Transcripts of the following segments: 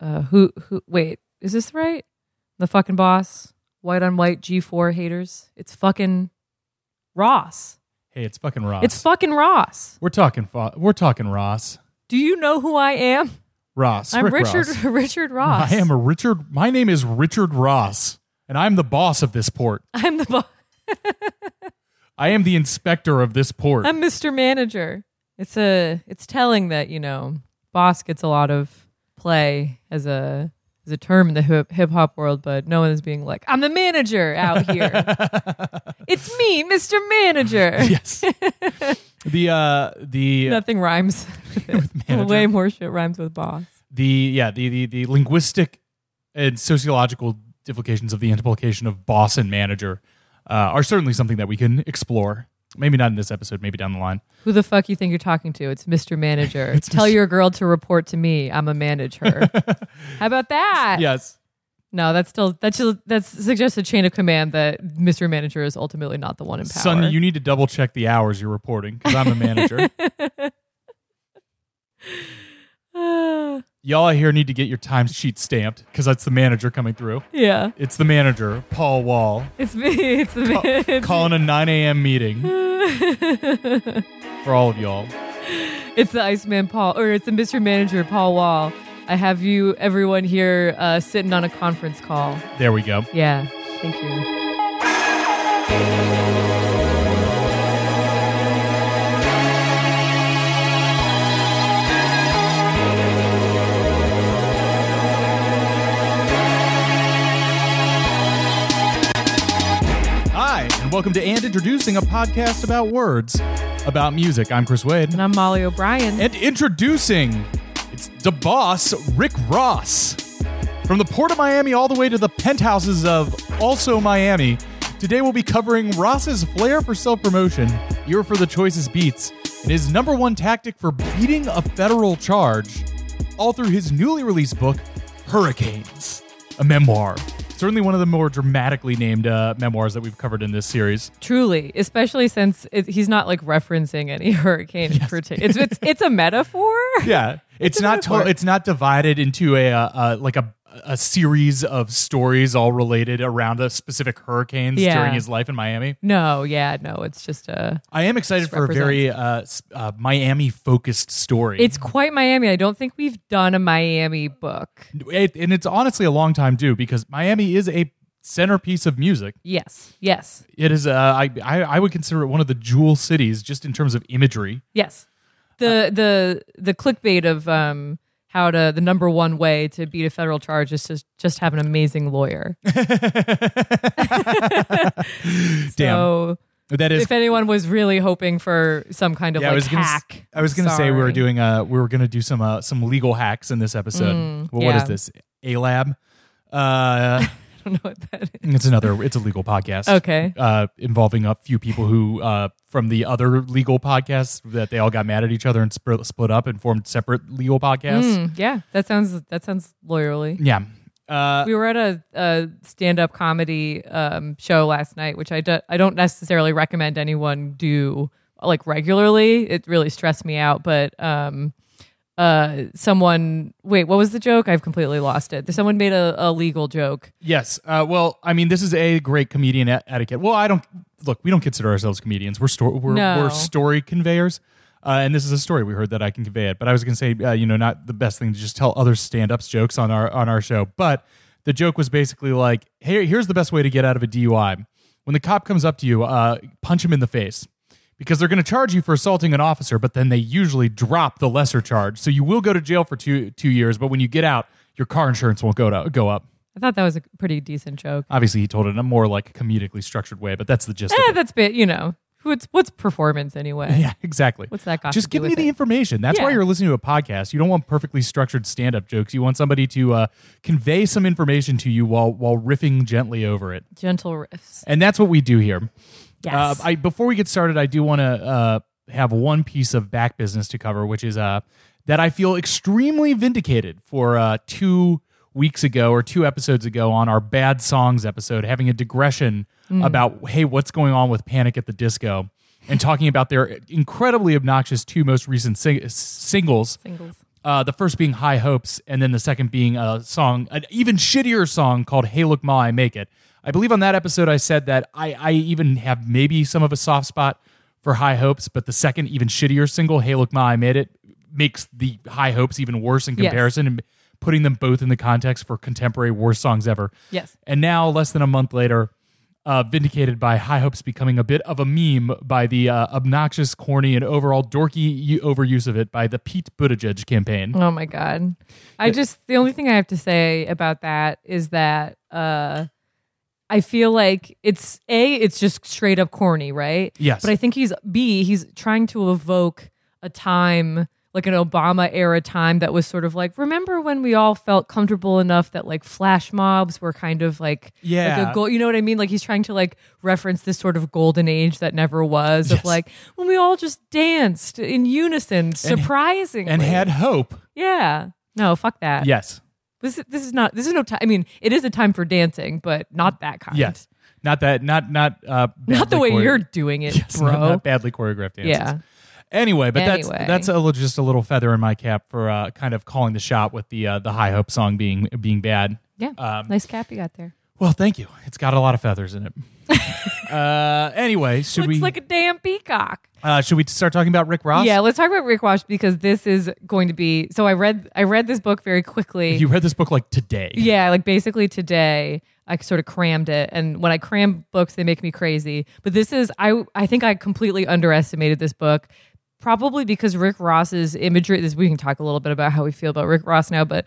Uh, who who? Wait, is this right? The fucking boss, white on white G4 haters. It's fucking Ross. Hey, it's fucking Ross. It's fucking Ross. we're talking. Fo- we're talking Ross. Do you know who I am? Ross. I'm Rick Richard Ross. Richard Ross. I am a Richard. My name is Richard Ross, and I'm the boss of this port. I'm the boss. I am the inspector of this port. I'm Mr. Manager. It's a it's telling that you know boss gets a lot of play as a as a term in the hip hop world, but no one is being like I'm the manager out here. it's me, Mr. Manager. yes. the uh the Nothing rhymes. with manager. Way more shit rhymes with boss. the yeah the, the the linguistic and sociological implications of the implication of boss and manager uh, are certainly something that we can explore. Maybe not in this episode. Maybe down the line. Who the fuck you think you're talking to? It's Mr. Manager. Tell your girl to report to me. I'm a manager. How about that? Yes. No, that's still that's just, that's suggests a chain of command that Mr. Manager is ultimately not the one in power. Son, you need to double check the hours you're reporting because I'm a manager. Y'all out here need to get your timesheet stamped because that's the manager coming through. yeah, It's the manager, Paul Wall, it's me. It's the it's, calling a 9 a.m. meeting for all of y'all. it's the Iceman Paul, or it's the Mr. Manager Paul Wall. I have you, everyone here, uh, sitting on a conference call. There we go. Yeah, thank you. Hi, and welcome to And Introducing, a podcast about words, about music. I'm Chris Wade. And I'm Molly O'Brien. And introducing, it's the boss, Rick Ross. From the port of Miami all the way to the penthouses of also Miami, today we'll be covering Ross's flair for self promotion, ear for the choicest beats, and his number one tactic for beating a federal charge, all through his newly released book, Hurricanes, a memoir. Certainly one of the more dramatically named uh, memoirs that we've covered in this series. Truly, especially since it, he's not like referencing any hurricane in particular. It's, it's it's a metaphor. yeah it's a not metaphor. to- it's not divided into a, uh uh like a a series of stories all related around a specific hurricanes Yeah. during his life in Miami. No, yeah, no, it's just a. I am excited Just for a very uh, s- uh, Miami focused story. It's quite Miami. I don't think we've done a Miami book. It- and it's honestly a long time due because Miami is a centerpiece of music. Yes, yes, It is uh, I, I I would consider it one of the jewel cities just in terms of imagery. yes. Uh, The the the clickbait of um how to the number one way to beat a federal charge is to just have an amazing lawyer. Damn, So that is if anyone was really hoping for some kind of Yeah, like I was gonna, s- hack, I was I'm gonna say we were sorry. doing uh we were gonna do some uh some legal hacks in this episode. Mm, well, yeah. what is this? A lab. Uh, I don't know what that is. it's another. It's a legal podcast. Okay. Uh, involving a few people who uh from the other legal podcasts that they all got mad at each other and split, split up and formed separate legal podcasts. Mm, yeah, that sounds that sounds lawyerly. Yeah. Uh, we were at a, a stand-up comedy um, show last night which I, do, I don't necessarily recommend anyone do like regularly it really stressed me out but um, uh, someone wait what was the joke i've completely lost it someone made a, a legal joke yes. Uh, well, I mean, this is a great comedian et- etiquette. Well, I don't look. We don't consider ourselves comedians. We're sto- we're, No. we're story conveyors. Uh, and this is a story we heard that I can convey it. But I was going to say, uh, you know, not the best thing to just tell other stand-ups jokes on our on our show. But the joke was basically like, hey, here's the best way to get out of a DUI. When the cop comes up to you, uh, punch him in the face because they're going to charge you for assaulting an officer. But then they usually drop the lesser charge, so you will go to jail for two two years. But when you get out, your car insurance won't go to, go up. i thought that was a pretty decent joke Obviously, he told it in a more like comedically structured way, but that's the gist eh, of it. that's bit you know what's, what's performance anyway Yeah, exactly. What's that got Just to do give me with the it? information. That's why Yeah. you're listening to a podcast. You don't want perfectly structured stand-up jokes. You want somebody to uh, convey some information to you while while riffing gently over it, gentle riffs and that's what we do here. yes Uh, I before we get started, I do want to uh, have one piece of back business to cover, which is uh, that I feel extremely vindicated for uh, two weeks ago or two episodes ago on our bad songs episode, having a digression about hey, what's going on with Panic at the Disco, and talking about their incredibly obnoxious two most recent sing- singles, singles Uh, the first being High Hopes, and then the second being a song, an even shittier song called Hey Look Ma, I Make It. I believe on that episode I said that I, I even have maybe some of a soft spot for High Hopes, but the second, even shittier single, Hey Look Ma, I Made It, makes the High Hopes even worse in Yes. comparison and putting them both in the context for contemporary worst songs ever. Yes. And now, less than a month later, uh, vindicated by high hopes becoming a bit of a meme by the uh, obnoxious, corny, and overall dorky y- overuse of it by the Pete Buttigieg campaign. Oh my god. I just the only thing I have to say about that is that uh I feel like it's A, it's just straight up corny, right? Yes. But I think he's B, he's trying to evoke a time like an Obama era time that was sort of like, remember when we all felt comfortable enough that like flash mobs were kind of like, like Yeah. a gold, you know what I mean? Like he's trying to like reference this sort of golden age that never was of like when we all just danced in unison, surprisingly. and had hope. Yeah. No, fuck that. Yes. This is- this is not this is no time. I mean, it is a time for dancing, but not that kind. Yes. Not that. Not not. Uh, Not the badly way choreo- you're doing it, Yes, bro. Not, not badly choreographed dances. yeah. Anyway, but Anyway. that's that's a, little- just a little feather in my cap for uh, kind of calling the shot with the uh, the high hope song being being bad. Yeah. Um, nice cap you got there. Well, thank you. It's got a lot of feathers in it. uh, anyway, should Looks we like a damn peacock. uh, should we start talking about Rick Ross? Yeah, let's talk about Rick Wash because this is going to be so I read I read this book very quickly. You read this book like today. yeah, like basically today I sort of crammed it and when I cram books they make me crazy. But this is I I think I completely underestimated this book. Probably because Rick Ross's imagery this we can talk a little bit about how we feel about Rick Ross now, but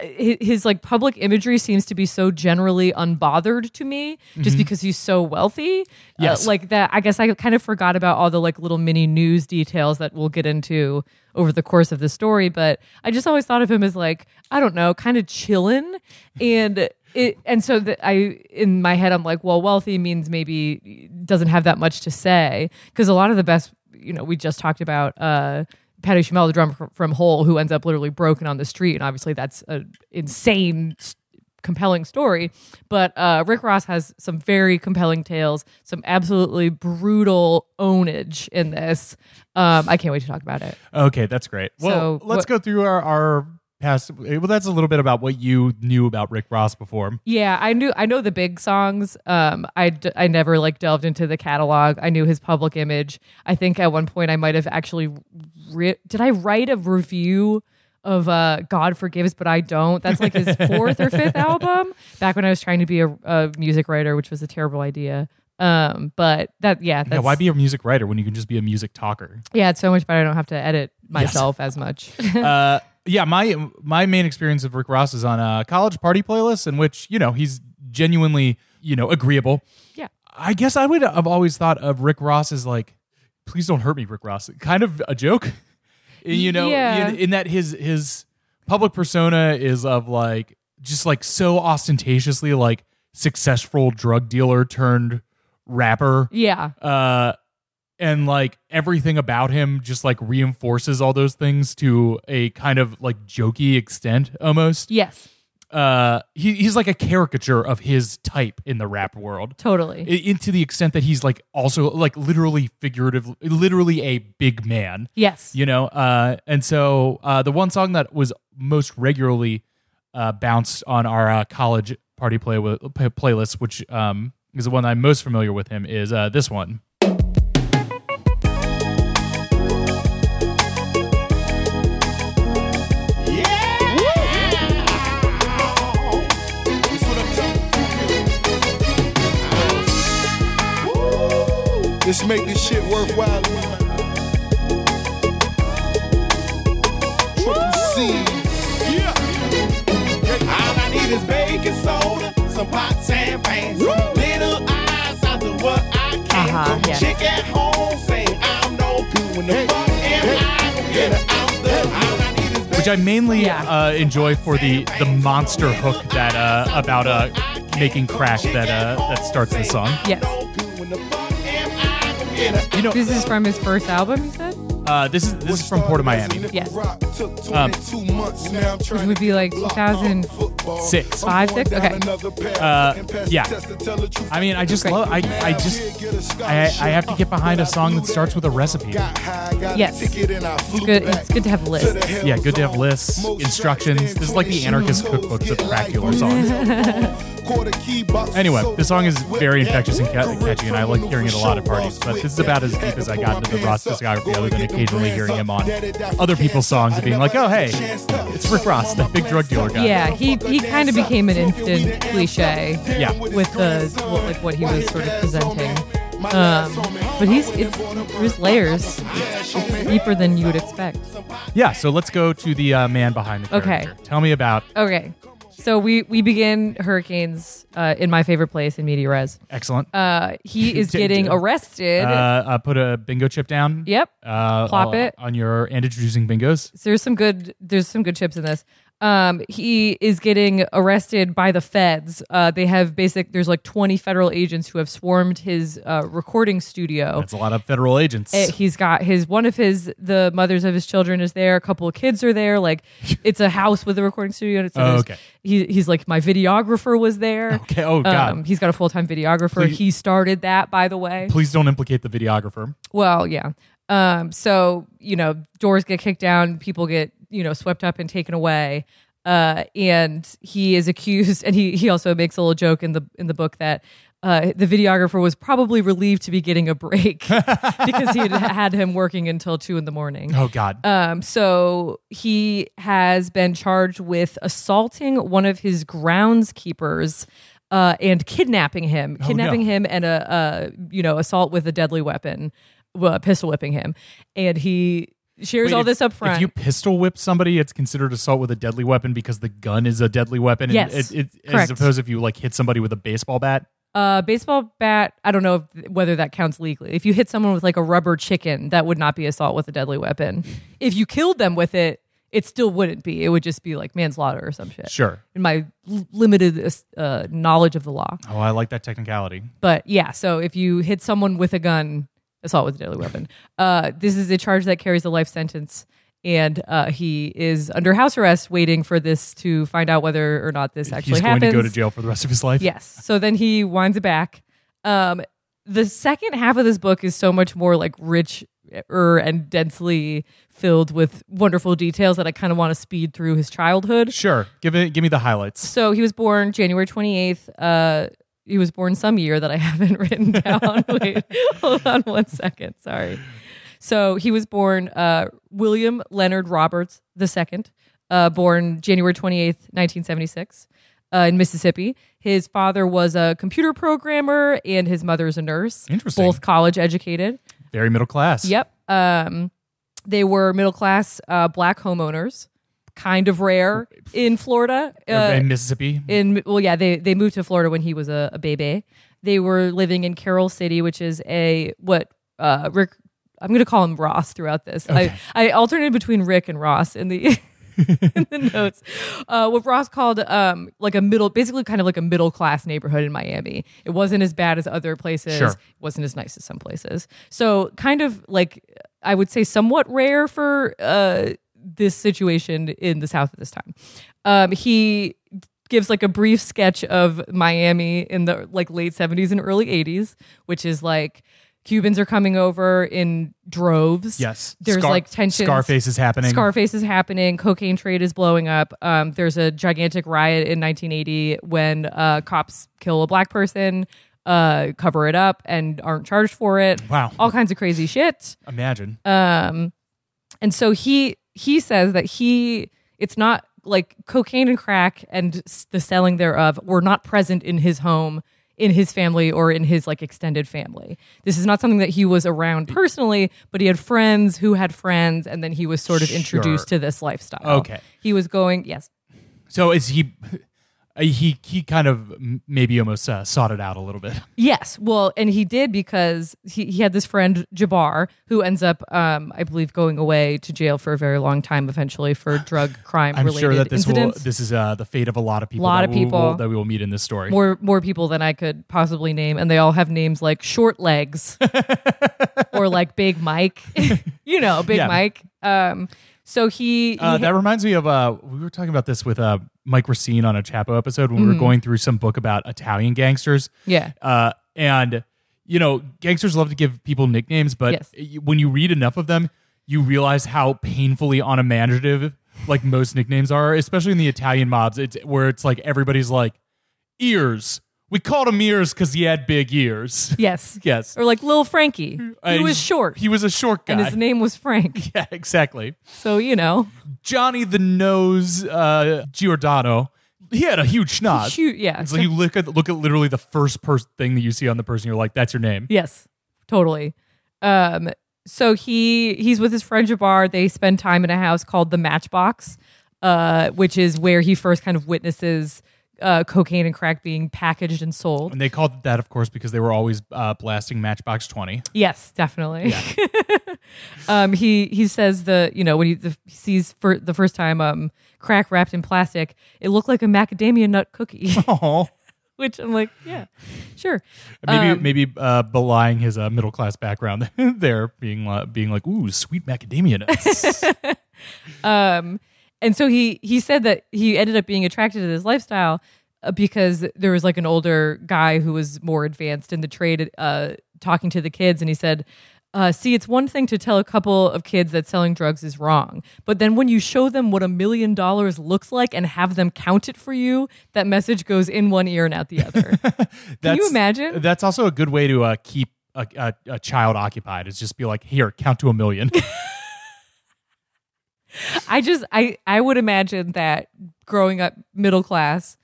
his, his like public imagery seems to be so generally unbothered to me just because he's so wealthy Uh, Yes. like that i guess i kind of forgot about all the like little mini news details that we'll get into over the course of the story but i just always thought of him as like i don't know kind of chillin and it and so that i in my head i'm like well wealthy means maybe doesn't have that much to say because a lot of the best you know we just talked about uh Patty Schmel, the drummer fr- from Hole, who ends up literally broken on the street, and obviously that's an insane, s- compelling story. But uh, Rick Ross has some very compelling tales, some absolutely brutal ownage in this. Um, I can't wait to talk about it. Okay, that's great. Well, So, let's what- go through our, our past. eh, Well, that's a little bit about what you knew about Rick Ross before. Yeah, I knew I know the big songs. Um, I, d- I never like delved into the catalog. I knew his public image. I think at one point I might have actually ri- did I write a review of uh, God Forgives but I Don't. That's like his fourth or fifth album. Back when I was trying to be a, a music writer, which was a terrible idea. Um, but that yeah, that's, Yeah, why be a music writer when you can just be a music talker? yeah, it's so much better. I don't have to edit myself as much. uh, yeah, my my main experience of Rick Ross is on a college party playlist in which you know he's genuinely you know agreeable. yeah, I guess I would have always thought of Rick Ross as like, please don't hurt me, Rick Ross. Kind of a joke, you know, Yeah. in, in that his his public persona is of like just like so ostentatiously like successful drug dealer turned rapper, yeah, uh, and like everything about him just like reinforces all those things to a kind of like jokey extent almost. yes, Uh, he, he's like a caricature of his type in the rap world totally. i- into the extent that he's like also like literally figurative literally a big man yes, you know uh and so uh the one song that was most regularly uh bounced on our uh, college party play wi- play- playlist which um is the one i'm most familiar with him is uh this one Let's make this shit worthwhile. Triple C. Yeah. All I need is baking soda, some pots and pans, some little eyes out the what I can Uh-huh, do. yeah. Chick at home saying I'm no good. When the fuck am I gonna get her out the? All I need is which i baking mainly Yeah. uh enjoy for the the monster hook that uh about uh making crack that uh that starts the song yes. no good. When the fuck am I gonna get her you know This is from his first album. You said. uh this is this is from port of miami Um, Yes. Rock took 22 months, now I'm trying Which would be to like block 2000 off football Six. Five, six? Okay. Uh, yeah. yeah. I mean, I just Okay. love. I, I just. I, I have to get behind a song that starts with a recipe. Yes. It's good- it's good to have lists. Yeah, good to have lists, instructions. This is like the anarchist cookbooks of Dracula songs. Anyway, this song is very infectious and ca- catchy, and I like hearing it a lot at parties. But this is about as deep as I got into the Ross discography, other than occasionally hearing him on other people's songs and being like, "Oh, hey, it's Rick Ross, that big drug dealer guy." Yeah, he he kind of became an instant cliche Yeah. with the what, like what he was sort of presenting. Um, but he's it's there's layers. It's, it's deeper than you would expect. Yeah, so let's go to the uh, man behind the Okay. character. Tell me about Okay, so we we begin hurricanes uh, in my favorite place in Media Res. excellent. Uh, Uh, he is getting arrested. uh, put a bingo chip down. Yep. Uh, Plop on- it. on your and introducing bingos. So there's some good there's some good chips in this. Um, he is getting arrested by the feds. Uh, they have basic. There's like 20 federal agents who have swarmed his uh, recording studio. That's a lot of federal agents. Uh, he's got his one of his the mothers of his children is there. A couple of kids are there. Like it's a house with a recording studio. And it's so Oh, there's- okay. He, he's like my videographer was there. Okay. Oh, God. Um, he's got a full time videographer. Please- He started that by the way. Please don't implicate the videographer. Well, yeah. Um, so you know, doors get kicked down, people get you know swept up and taken away. Uh, and he is accused, and he he also makes a little joke in the in the book that. Uh, the videographer was probably relieved to be getting a break because he had had him working until two in the morning. Oh God. Um, so he has been charged with assaulting one of his groundskeepers uh, and kidnapping him, Oh, kidnapping him, and a, a you know assault with a deadly weapon, uh, pistol whipping him, and he shares Wait, all if- this up front. If you pistol whip somebody, it's considered assault with a deadly weapon because the gun is a deadly weapon. and Yes, it, it, as correct. opposed if you like hit somebody with a baseball bat. uh, baseball bat. I don't know if, whether that counts legally. If you hit someone with like a rubber chicken, that would not be assault with a deadly weapon. if you killed them with it, it still wouldn't be. It would just be like manslaughter or some shit. Sure. in my l- limited uh, knowledge of the law. Oh, I like that technicality. But yeah, so if you hit someone with a gun, assault with a deadly weapon, uh, this is a charge that carries a life sentence. And uh, he is under house arrest waiting for this to find out whether or not this actually He's going happens. to go to jail for the rest of his life. Yes. So then he winds back. Um, the second half of this book is so much more like rich er and densely filled with wonderful details that I kind of want to speed through his childhood. Sure. Give it. Give me the highlights. So he was born January 28th. Uh, he was born some year that I haven't written down. Wait, hold on one second. Sorry. So he was born uh, William Leonard Roberts II, uh, born January 28th, 1976, uh, in Mississippi. His father was a computer programmer and his mother is a nurse. Interesting. Both college educated. Very middle class. Yep. Um, they were middle class uh, black homeowners, kind of rare in Florida. Uh, in Mississippi. in well yeah they they moved to florida when he was a, a baby they were living in carroll city which is a what uh rick i'm gonna call him ross throughout this i i alternated between rick and ross in the in the notes uh what ross called um like a middle basically kind of like a middle class neighborhood in miami it wasn't as bad as other places Sure. it wasn't as nice as some places so kind of like i would say somewhat rare for uh this situation in the south at this time um he gives like a brief sketch of Miami in the like late 70s and early 80s, which is like Cubans are coming over in droves. yes. There's Scar- like tension. Scarface is happening. Scarface is happening. Cocaine trade is blowing up. Um, there's a gigantic riot in 1980 when uh, cops kill a black person, uh, cover it up, and aren't charged for it. Wow. All kinds of crazy shit Imagine. Uh, and so he he says that he it's not like cocaine and crack and s- the selling thereof were not present in his home in his family or in his like extended family this is not something that he was around personally but he had friends who had friends and then he was sort of introduced to Sure. this lifestyle Okay. he was going yes so is he? uh, He he kind of maybe almost uh, sought it out a little bit. Yes, well, and he did because he, he had this friend Jabbar who ends up, um, I believe, going away to jail for a very long time eventually for drug crime. I'm sure that this incidents. will. This is uh, the fate of a lot of people. Lot that of we will- people. that we will meet in this story. more more people than I could possibly name, and they all have names like Short Legs or like Big Mike, you know, Big Yeah. Mike. Um, So he, he Uh, that reminds me of uh, we were talking about this with uh, Mike Racine on a Chapo episode when we were going through some book about Italian gangsters. Mm-hmm. Yeah. uh, and you know, gangsters love to give people nicknames, but Yes. y- when you read enough of them, you realize how painfully unimaginative like most nicknames are, especially in the Italian mobs. It's where it's like everybody's like ears. We called him ears because he had big ears. yes, yes, or like little Frankie, Uh, he was short, He was a short guy. and his name was Frank. yeah, exactly. So you know, Johnny the Nose uh, Giordano. He had a huge schnoz. shoot, yeah, Uh, So you look at look at literally the first person thing that you see on the person. You're like, that's your name. Yes, totally. Um, so he he's with his friend Jabbar. They spend time in a house called the Matchbox, uh, which is where he first kind of witnesses uh, cocaine and crack being packaged and sold. And they called it that, of course, because they were always uh, blasting Matchbox Twenty. Yes, definitely. um, he he says the you know when he, the, he sees for the first time um, crack wrapped in plastic, it looked like a macadamia nut cookie. Oh, which I'm like, yeah, sure. maybe Um, maybe uh, belying his uh, middle class background there, being li- being like, ooh, sweet macadamia nuts. and so he he said that he ended up being attracted to this lifestyle uh, because there was like an older guy who was more advanced in the trade uh, talking to the kids and he said uh, see it's one thing to tell a couple of kids that selling drugs is wrong but then when you show them what a million dollars looks like and have them count it for you that message goes in one ear and out the other That's, you imagine? That's also a good way to uh, keep a, a, a child occupied. Is just be like, here, count to a million. I just I I would imagine that growing up middle class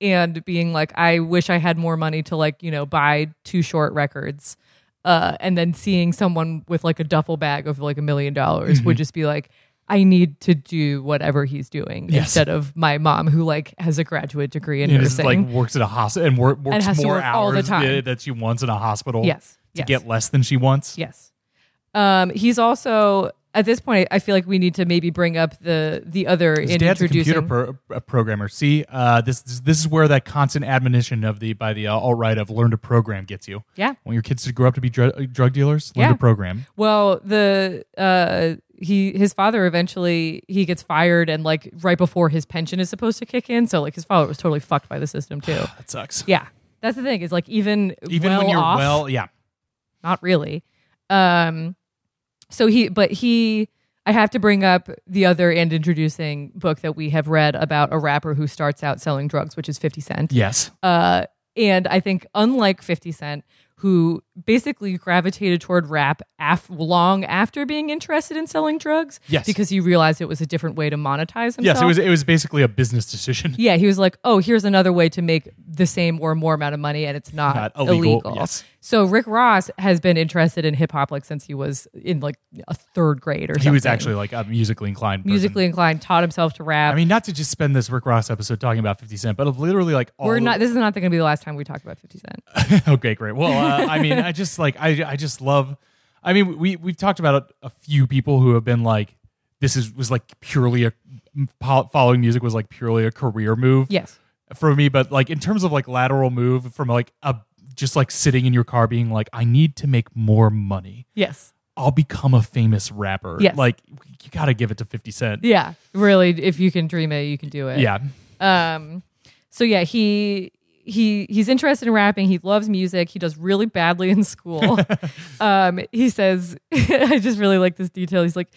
and being like I wish I had more money to like, you know, buy two short records. Uh, and then seeing someone with like a duffel bag of like a million Mm-hmm. dollars would just be like, I need to do whatever he's doing Yes. instead of my mom who like has a graduate degree in and it's nursing. like works at a hospital and wor- works has to more work hours all the time. th- that she wants in a hospital. Yes, to yes. get less than she wants. Yes. Um, he's also at this point. I feel like we need to maybe bring up the the other His in dad's a introducing. computer pro- a programmer. See, uh, this this is where that constant admonition of the by the uh, alt right of learn to program gets you. Yeah. want your kids to grow up to be dr- drug dealers. Learn to Yeah. program. Well, the uh he his father eventually he gets fired and like right before his pension is supposed to kick in, so like his father was totally fucked by the system too. That sucks. yeah. That's the thing is like even Even well when you're off, well, yeah. not really. Um so he but he I have to bring up the other and introducing book that we have read about a rapper who starts out selling drugs, which is 50 Cent. Yes. Uh, and I think, unlike 50 Cent, who basically gravitated toward rap af- long after being interested in selling drugs, Yes. because he realized it was a different way to monetize himself. yes. It was it was basically a business decision. Yeah, he was like, "Oh, here's another way to make the same or more amount of money, and it's not, Not illegal, illegal." yes. So Rick Ross has been interested in hip hop like since he was in like a third grade or something. He was actually like a musically inclined. person. musically inclined, taught himself to rap. I mean, not to just spend this Rick Ross episode talking about Fifty Cent, but of literally like all we're of- not. This is not going to be the last time we talk about Fifty Cent. okay, great. Well, uh, I mean, I just like I I just love. I mean, we we've talked about a, a few people who have been like, this is was like purely a po- following music was like purely a career move. Yes. for me, but like in terms of like lateral move from like a just like sitting in your car being like, I need to make more money. Yes. I'll become a famous rapper. Yes. Like you got to give it to Fifty Cent. Yeah. Really, if you can dream it, you can do it. Yeah. Um, so yeah, he he he's interested in rapping. He loves music. He does really badly in school. um, he says, I just really like this detail. He's like.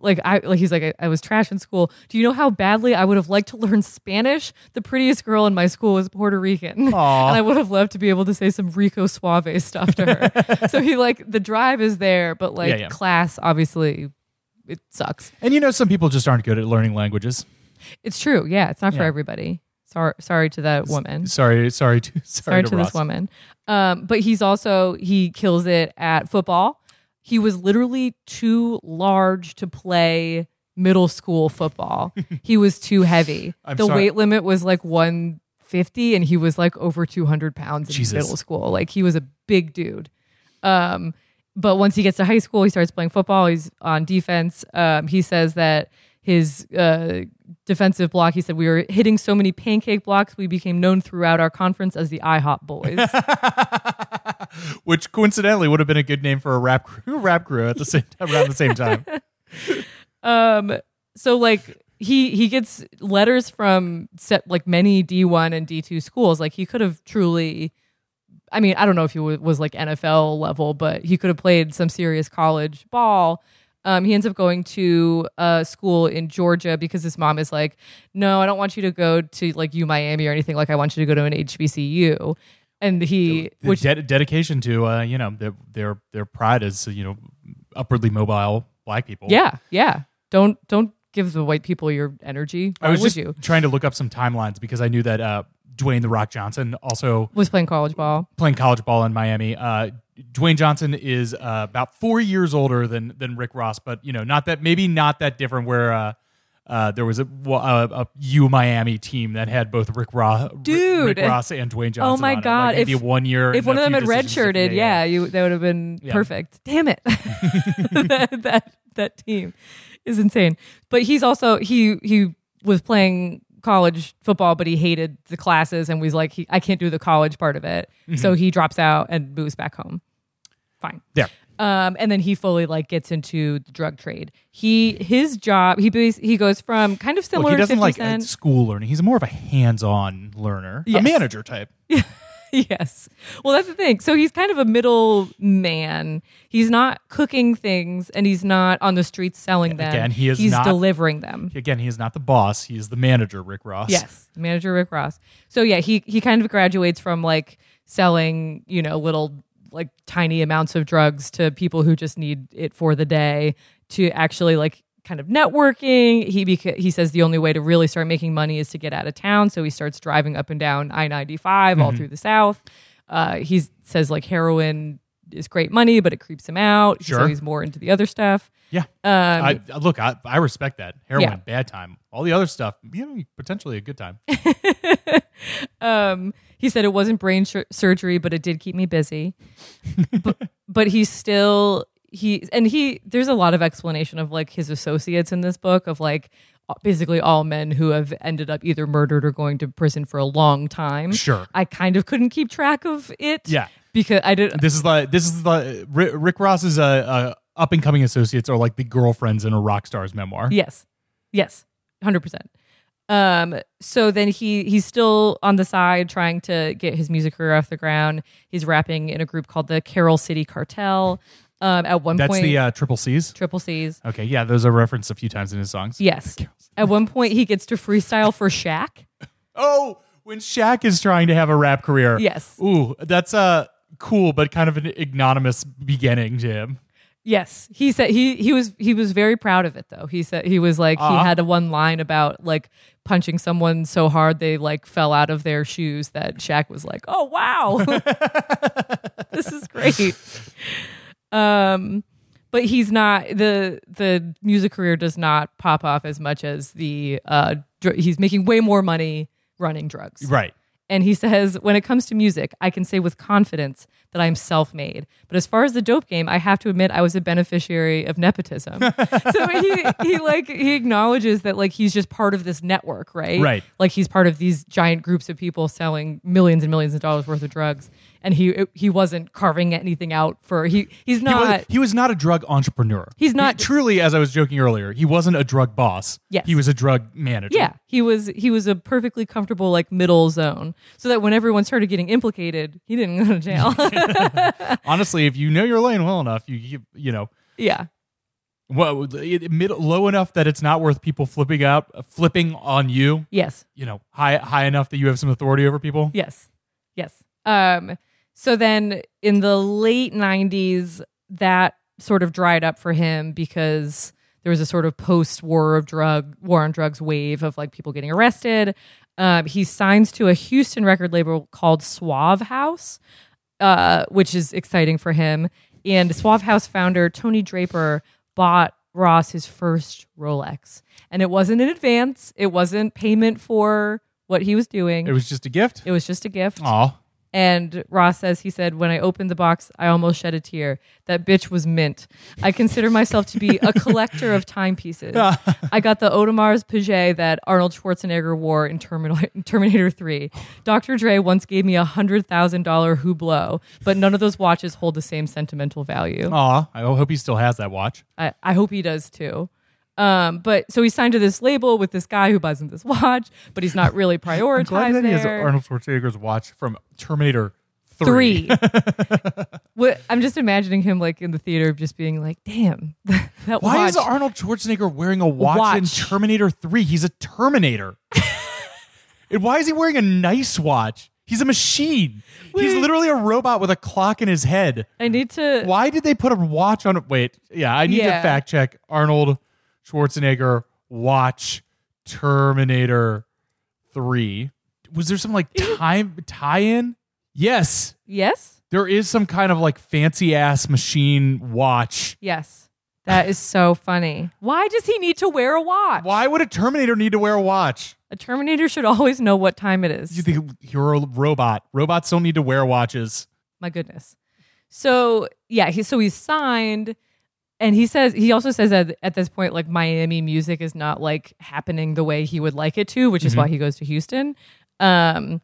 Like I like he's like I, I was trash in school. Do you know how badly I would have liked to learn Spanish? The prettiest girl in my school was Puerto Rican, Aw. and I would have loved to be able to say some Rico Suave stuff to her. so he like the drive is there, but like Yeah, yeah. class obviously it sucks. And you know, some people just aren't good at learning languages. It's true. Yeah, it's not for Yeah. everybody. Sorry, sorry to that woman. Sorry, sorry to Mm. Sorry sorry, to, to Ross. this woman. Um, but he's also he kills it at football. He was literally too large to play middle school football. he was too heavy. I'm the sorry. weight limit was like 150, and he was like over 200 pounds in Jesus. middle school. Like he was a big dude. Um, but once he gets to high school, he starts playing football. He's on defense. Um, he says that his uh, defensive block, he said, we were hitting so many pancake blocks, we became known throughout our conference as the IHOP boys. Which coincidentally would have been a good name for a rap crew, rap crew at the same time, around the same time. so like he he gets letters from set like many D1 and D2 schools. Like he could have truly I mean, I don't know if he wa- was like NFL level, but he could have played some serious college ball. Um, he ends up going to a school in Georgia because his mom is like, "No, I don't want you to go to like U Miami or anything. Like, I want you to go to an HBCU." And he, The which ded- dedication to uh, you know their their their pride is you know upwardly mobile black people. yeah, yeah, don't don't give the white people your energy. I Why was would just you? trying to look up some timelines because I knew that uh, Dwayne the Rock Johnson also Was playing college ball. playing college ball in Miami. Uh, Dwayne Johnson is uh, about four years older than than Rick Ross, but you know, not that maybe not that different. Where uh, uh, there was a, wa- a, a U Miami team that had both Rick Ross, Dude. Rick Ross and Dwayne Johnson. Oh my on it. God. Like maybe If- one year, if and one a of them had few decisions. redshirted, yeah, you that would have been Yeah. perfect. Damn it, that, that that team is insane. But he's also he he was playing college football, but he hated the classes and was like, he, I can't do the college part of it, Mm-hmm. so he drops out and moves back home. Fine. yeah. Um, and then he fully like gets into the drug trade. He his job he bas- he goes from kind of Look, similar he to doesn't 50 like uh, Cent. school learning. He's more of a hands-on learner, a Yes. manager type. yes. Well, that's the thing. So he's kind of a middle man. He's not cooking things and he's not on the streets selling them. again, he is he's not- delivering them. Again, he is not the boss. He is the manager, Rick Ross. Yes, manager Rick Ross. So yeah, he he kind of graduates from like selling, you know, little like tiny amounts of drugs to people who just need it for the day to actually like kind of networking. He beca- he says the only way to really start making money is to get out of town, so he starts driving up and down I-95 all Mm-hmm. through the south. Uh he says like heroin is great money, but it creeps him out. So Sure. he's more into the other stuff. Yeah. I, I- look, I, I respect that. Heroin, Um, Yeah. bad time. All the other stuff, you know, potentially a good time. um, he said it wasn't brain sur- surgery, but it did keep me busy. but, but he's still he and he. There's a lot of explanation of like his associates in this book of like basically all men who have ended up either murdered or going to prison for a long time. Sure. I kind of couldn't keep track of it. Yeah. because I didn't. This is like this is the Rick, Rick Ross's uh, uh, up and coming associates are like the girlfriends in a rock star's memoir. Yes. Yes. 100%. Um so then he he's still on the side trying to get his music career off the ground. He's rapping in a group called the Carroll City Cartel. Um at one That's point the uh, triple C's. Triple C's. Okay, yeah, those are referenced a few times in his songs. Yes. At one point he gets to freestyle for Shaq. Oh, when Shaq is trying to have a rap career. Yes. Ooh, that's uh, cool, but kind of an ignominious beginning to him. Yes, he said he he was he was very proud of it though. He said he was like he Aw. had a one line about like punching someone so hard they like fell out of their shoes that Shaq was like, "Oh wow, this is great." Um, but he's not the the music career does not pop off as much as the uh dr- he's making way more money running drugs. Right. And he says, when it comes to music, I can say with confidence that I'm self made. But as far as the dope game, I have to admit I was a beneficiary of nepotism. so he, he like he acknowledges that like he's just part of this network, right? Right. Like he's part of these giant groups of people selling millions and millions of dollars worth of drugs. And he he wasn't carving anything out for he he's He was, not he was not a drug entrepreneur. He's not- truly, as I was joking earlier, he wasn't a drug boss. Yes. He was a drug manager. Yeah, he was he was a perfectly comfortable like middle zone, so that when everyone started getting implicated, he didn't go to jail. Honestly, if you know your lane well enough, you you, you know, yeah, well, it, mid, low enough that it's not worth people flipping out, flipping on you. yes. You know, high high enough that you have some authority over people. Yes. Yes. Um, so then in the late 90s, that sort of dried up for him because there was a sort of post war of drug war on drugs wave of like people getting arrested. Um, he signs to a Houston record label called Suave House, uh, which is exciting for him. And Suave House founder Tony Draper bought Ross his first Rolex. And it wasn't in advance, it wasn't payment for what he was doing. It was just a gift. It was just a gift. Aw. And Ross says, he said, when I opened the box, I almost shed a tear. That bitch was mint. I consider myself to be a collector of timepieces. I got the Odomar's Paget that Arnold Schwarzenegger wore in Terminator, Terminator 3. Dr. Dre once gave me a $100,000 Hublot, but none of those watches hold the same sentimental value. Aw. I hope he still has that watch. I, I hope he does too. Um, but so he signed to this label with this guy who buys him this watch, but he's not really prioritized Glad that he has there. Arnold Schwarzenegger's watch from Terminator 3. Three. what, I'm just imagining him like in the theater, just being like, "Damn, that Why watch." is Arnold Schwarzenegger wearing a watch, in Watch. Terminator 3? He's a Terminator. and why is he wearing a nice watch? He's a machine. He's Wait. literally a robot with a clock in his head. I need to. Why did they put a watch on it? Wait, yeah, I need to Yeah. fact check Arnold Schwarzenegger watch Terminator 3. Was there some like time tie in? Yes, Yes, there is some kind of like fancy ass machine watch. yes. That is so funny. Why does he need to wear a watch? Why would a Terminator need to wear a watch? A Terminator should always know what time it is. You think you're a robot. Robots don't need to wear watches. my goodness. So yeah, he so he's signed, and he says he also says that at this point, like Miami music is not like happening the way he would like it to, which is why he goes to Houston. Um,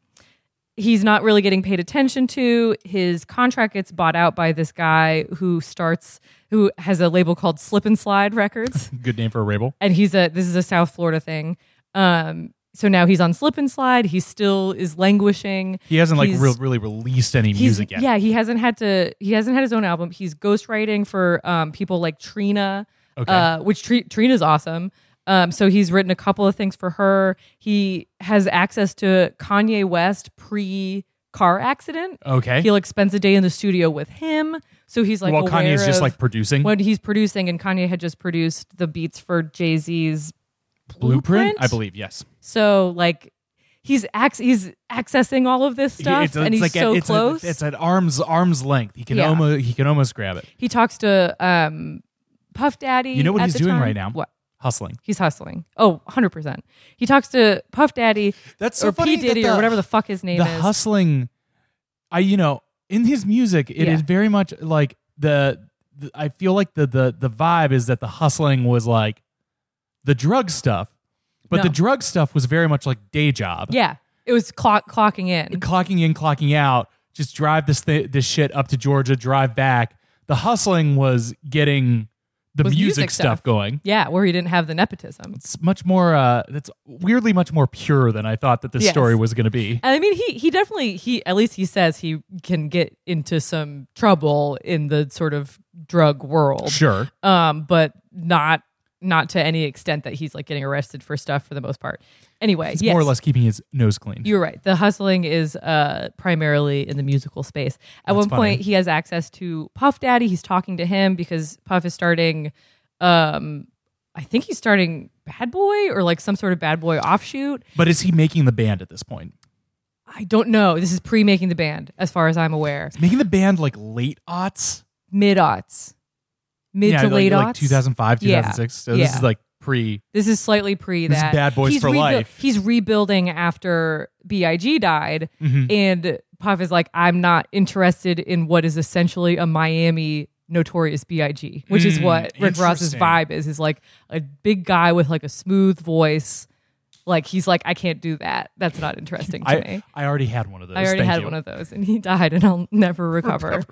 he's not really getting paid attention to. His contract gets bought out by this guy who starts who has a label called Slip and Slide Records, Good name for a rabel. and he's a this is a South Florida thing. Um, so now he's on Slip and Slide. He still is languishing. He hasn't like He's- real really released any He's- music yet. Yeah, he hasn't had to. He hasn't had his own album. He's ghostwriting for um, people like Trina, Okay. uh, which Tr- Trina's awesome. Um, so he's written a couple of things for her. He has access to Kanye West pre car accident. Okay. He like spends a day in the studio with him. So he's like While aware Kanye's just of like producing when he's producing, and Kanye had just produced the beats for Jay Z's Blueprint, Blueprint? I believe, yes. So like. He's ac- he's accessing all of this stuff, It's- and it's he's like at- so it's at- close. it's at arms arms length. He can Yeah. almost he can almost grab it. He talks to um, Puff Daddy. You know what at he's the doing time. right now? What? Hustling. He's hustling. Oh, 100%. He talks to Puff Daddy That's so or funny P. Diddy that the- or whatever the fuck his name the is. hustling, I you know in his music it is Yeah. very much like the, the- I feel like the the the vibe is that the hustling was like the drug stuff, but the No. drug stuff was very much like day job. yeah. It was clock, clocking in. clocking in, clocking out. Just drive this thi- this shit up to Georgia, drive back. The hustling was getting the Was music, music stuff, stuff. going. Yeah, where he didn't have the nepotism. It's much more. Uh, that's weirdly much more pure than I thought that this Yes. story was going to be. And I mean, he he definitely he at least he says he can get into some trouble in the sort of drug world, Sure, um, but not not to any extent that he's like getting arrested for stuff for the most part. Anyway, it's yes. more or less keeping his nose clean. You're right. The hustling is uh, primarily in the musical space. At one funny. point, he has access to Puff Daddy. He's talking to him because Puff is starting. Um, I think he's starting Bad Boy or like some sort of Bad Boy offshoot. but is he making the band at this point? I don't know. This is pre making the band, as far as I'm aware. Making the band like late aughts, Mid aughts, mid yeah, to like, late like aughts. 2005, Yeah. 2006. So this Yeah. is like pre. This is slightly pre This is that. Bad Boys he's for Life. He's rebuilding after B.I.G. died, mm-hmm. and Puff is like, I'm not interested in what is essentially a Miami notorious B.I.G., which is what Rick Ross's Hmm, interesting. vibe is. Is like a big guy with like a smooth voice. Like he's like, I can't do that. That's not interesting to I, me. I already had one of those. I already Thank had you. one of those, and he died, and I'll never recover.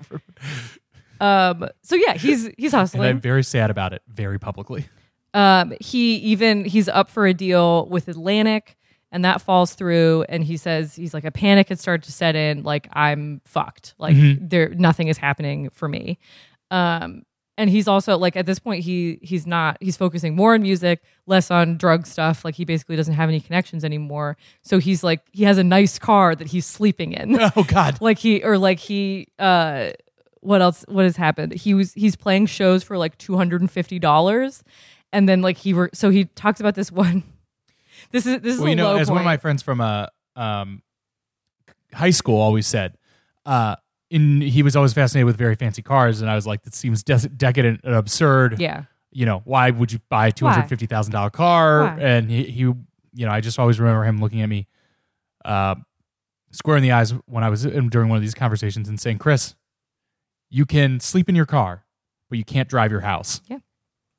um. So yeah, he's he's and hustling. I'm very sad about it, very publicly. Um, he even he's up for a deal with Atlantic, and that falls through. And he says he's like a panic had started to set in. Like I'm fucked. Like there nothing is happening for me. Um, and he's also like at this point he he's not he's focusing more on music, less on drug stuff. Like he basically doesn't have any connections anymore. So he's like he has a nice car that he's sleeping in. Oh God, like he or like he uh what else what has happened he was he's playing shows for like $250 and then like he were so he talks about this one this is this is well, a you know, low as point. one of my friends from uh, um, high school always said, uh, in he was always fascinated with very fancy cars, and I was like, that seems des- decadent and absurd. yeah You know, why would you buy a two hundred fifty thousand dollar car? Why? And he, he, you know, I just always remember him looking at me, uh, square in the eyes when I was during one of these conversations and saying, Chris, you can sleep in your car, but you can't drive your house.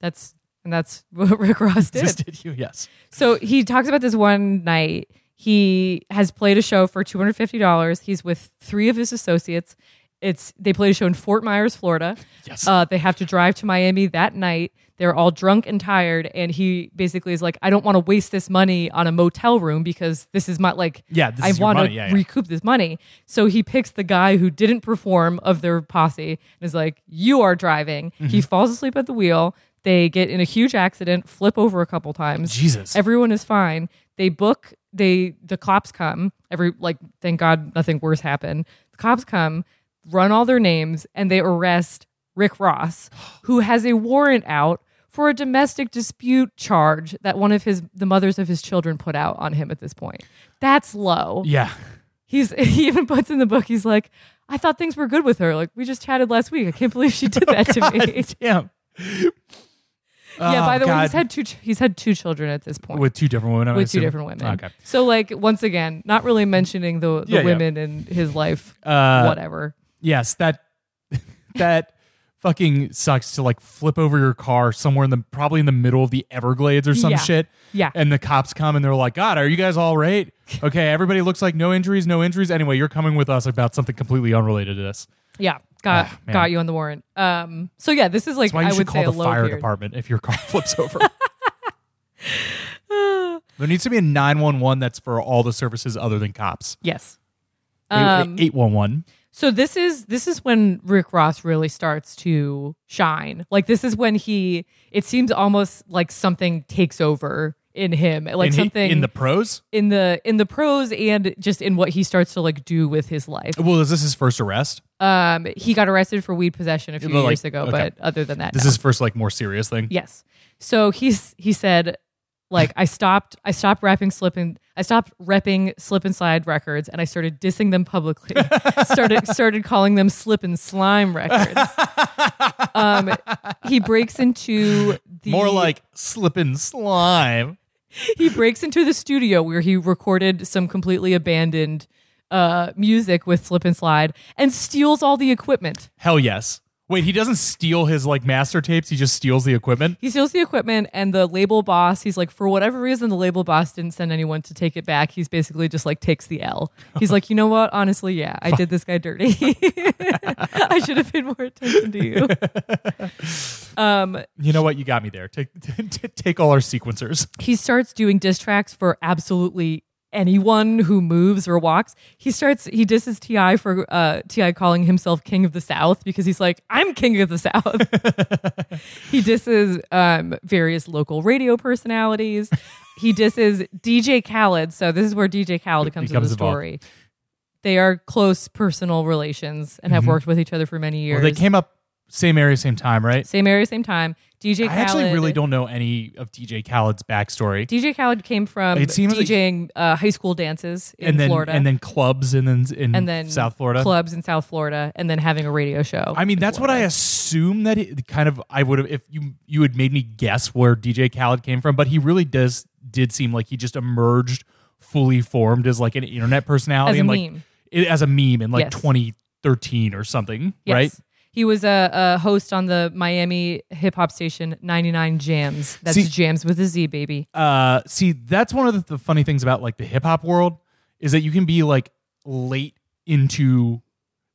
that's and that's what rick ross did Just did you? Yes. So he talks about this one night. He has played a show for $250. He's with three of his associates. It's they played a show in Fort Myers, Florida. Yes. Uh, they have to drive to Miami that night. They're all drunk and tired, and he basically is like, "I don't want to waste this money on a motel room because this is my like, Yeah, this I is your want to money. Yeah, yeah. recoup this money." So he picks the guy who didn't perform of their posse and is like, "You are driving." Mm-hmm. He falls asleep at the wheel. They get in a huge accident, flip over a couple times. Jesus. Everyone is fine. They book. They the cops come. Every like, thank God nothing worse happened. The cops come, run all their names, and they arrest Rick Ross, who has a warrant out for a domestic dispute charge that one of his the mothers of his children put out on him at this point. That's low. yeah. He's he even puts in the book. He's like, I thought things were good with her. Like we just chatted last week. I can't believe she did that to me. Damn. yeah. By the way, he's Oh, God. had two. ch- He's had two children at this point. With two different women. I with two assume. Ah, different women. Okay. So like once again, not really mentioning the, the Yeah, yeah. women in his life, Uh, whatever. Yes, that that fucking sucks to like flip over your car somewhere in the probably in the middle of the Everglades or some Yeah. shit. Yeah. And the cops come and they're like, "God, are you guys all right? Okay, everybody looks like no injuries, no injuries. Anyway, you're coming with us about something completely unrelated to this. Yeah, got Ah, man. got you on the warrant. Um, so yeah, this is like That's why you I should would call say a the low fire period. department if your car flips over. there needs to be a nine one one that's for all the services other than cops. Yes. Um, Eight one one. So this is this is when Rick Ross really starts to shine. Like this is when he it seems almost like something takes over in him. Like something in the pros. in the in the prose and just in what he starts to like do with his life. Well, is this his first arrest? Um, he got arrested for weed possession a few But, like, years ago, okay. but other than that, This no. is his first like more serious thing. yes. So he's he said, like I stopped I stopped rapping slip and I stopped repping slip and slide records, and I started dissing them publicly. started started calling them slip and slime records. um, he breaks into the More like slipping slime. he breaks into the studio where he recorded some completely abandoned uh music with slip and slide and steals all the equipment. Hell yes. Wait, he doesn't steal his like master tapes. He just steals the equipment. he steals the equipment and the label boss he's like for whatever reason the label boss didn't send anyone to take it back he's basically just like takes the l he's like you know what honestly yeah i did this guy dirty i should have paid more attention to you um You know what? You got me there. Take t- take all our sequencers. he starts doing diss tracks for absolutely anyone who moves or walks. He starts he disses Ti for uh, Ti calling himself King of the South because he's like I'm King of the South. he disses um, various local radio personalities. He disses DJ Khaled. So this is where DJ Khaled comes into Becomes the involved. story. They are close personal relations and have worked with each other for many years. Mm-hmm. Well, they came up same area, same time, right? same area, same time. DJ I Khaled. actually really don't know any of DJ Khaled's backstory. DJ Khaled came from It seems like- DJing uh, high school dances in and then Florida, and then clubs and then in and then South Florida. clubs in South Florida, and then having a radio show. I mean, that's what I assume that it kind of I would have if you you had made me guess where DJ Khaled came from, but he really does did seem like he just emerged fully formed as like an internet personality As a and like meme. It, as a meme in like Yes. 2013 or something, Yes. right? He was a, a host on the Miami hip hop station 99 Jams. That's See- Jams with a Z, baby. Uh, see, that's one of the, the funny things about like the hip hop world is that you can be like late into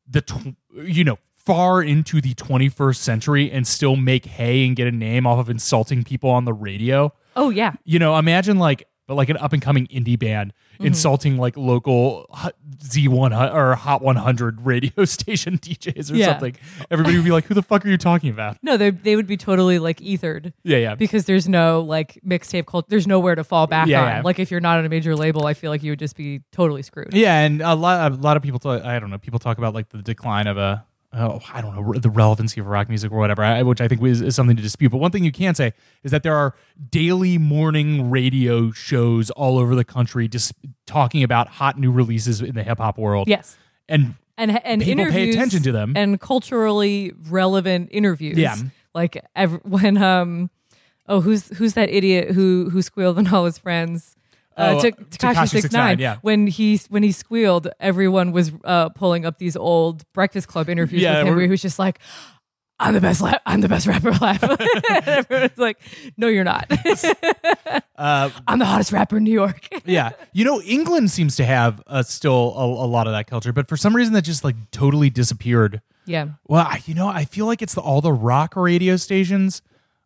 the tw- you know far into the 21st century and still make hay and get a name off of insulting people on the radio. Oh yeah, you know, imagine like, but like an up and coming indie band insulting like local hot- Z1 hu- or Hot 100 radio station DJs or Yeah. something. Everybody would be like, who the fuck are you talking about? no, they they would be totally like ethered. Yeah, yeah. Because there's no like mixtape culture. There's nowhere to fall back Yeah, on. yeah. Like if you're not on a major label, I feel like you would just be totally screwed. yeah, and a lot, a lot of people, talk, I don't know, people talk about like the decline of a, oh, I don't know, the relevancy of rock music or whatever, I, which I think is, is something to dispute. But one thing you can say is that there are daily morning radio shows all over the country just talking about hot new releases in the hip hop world. Yes. And and and People pay interviews attention to them. and culturally relevant interviews. Yeah. like ev- when um oh who's who's that idiot who who squealed on all his friends. Oh, Uh, uh, Tekashi 69, yeah. When he when he squealed, everyone was uh, pulling up these old Breakfast Club interviews Yeah, with him. we're- Where he was just like, I'm the best lap. I'm the best rapper alive. And Everyone's like, no, you're not. Uh, I'm the hottest rapper in New York. yeah. You know, England seems to have uh, still a, a lot of that culture, but for some reason that just like totally disappeared. yeah. Well, I- you know, I feel like it's the, all the rock radio stations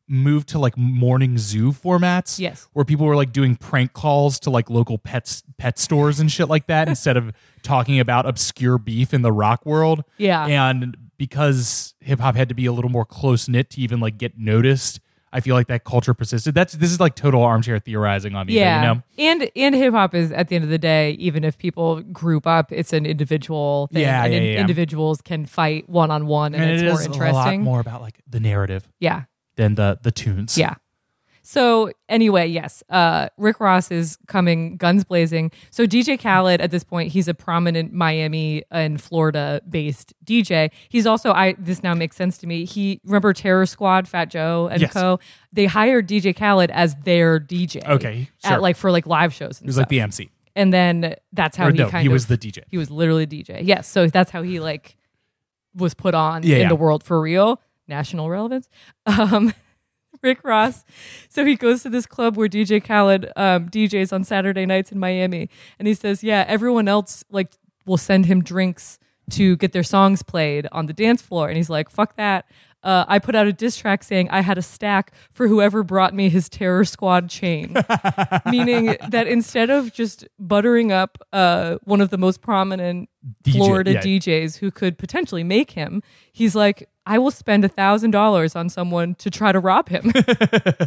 moved to like morning zoo formats. Yes. Where people were like doing prank calls to like local pets pet stores and shit like that instead of talking about obscure beef in the rock world. Yeah. And because hip hop had to be a little more close knit to even like get noticed, I feel like that culture persisted. That's this is like total armchair theorizing on me. but, Yeah. You know? And and hip hop is at the end of the day, even if people group up, it's an individual thing. Yeah, and yeah, in- yeah. individuals can fight one on one and, it's it more is interesting. a lot more about like the narrative Yeah. than the the tunes. Yeah. So anyway, yes, uh, Rick Ross is coming guns blazing. So DJ Khaled at this point, he's a prominent Miami and Florida based DJ. He's also I this now makes sense to me. He remember Terror Squad, Fat Joe and Yes. Co. They hired DJ Khaled as their DJ. Okay, sure. At like for like live shows. And It was stuff. like the MC. and then that's how Or he no, kind he of was the DJ. He was literally DJ. Yes, so that's how he like was put on Yeah, in yeah. the world for real, national relevance. Um, Rick Ross. So he goes to this club where DJ Khaled um, DJs on Saturday nights in Miami, and he says, "Yeah, everyone else like will send him drinks to get their songs played on the dance floor," and he's like, "Fuck that." Uh, I put out a diss track saying I had a stack for whoever brought me his Terror Squad chain meaning that instead of just buttering up uh, one of the most prominent DJ, Florida yeah. DJs who could potentially make him, he's like, I will spend a thousand dollars on someone to try to rob him.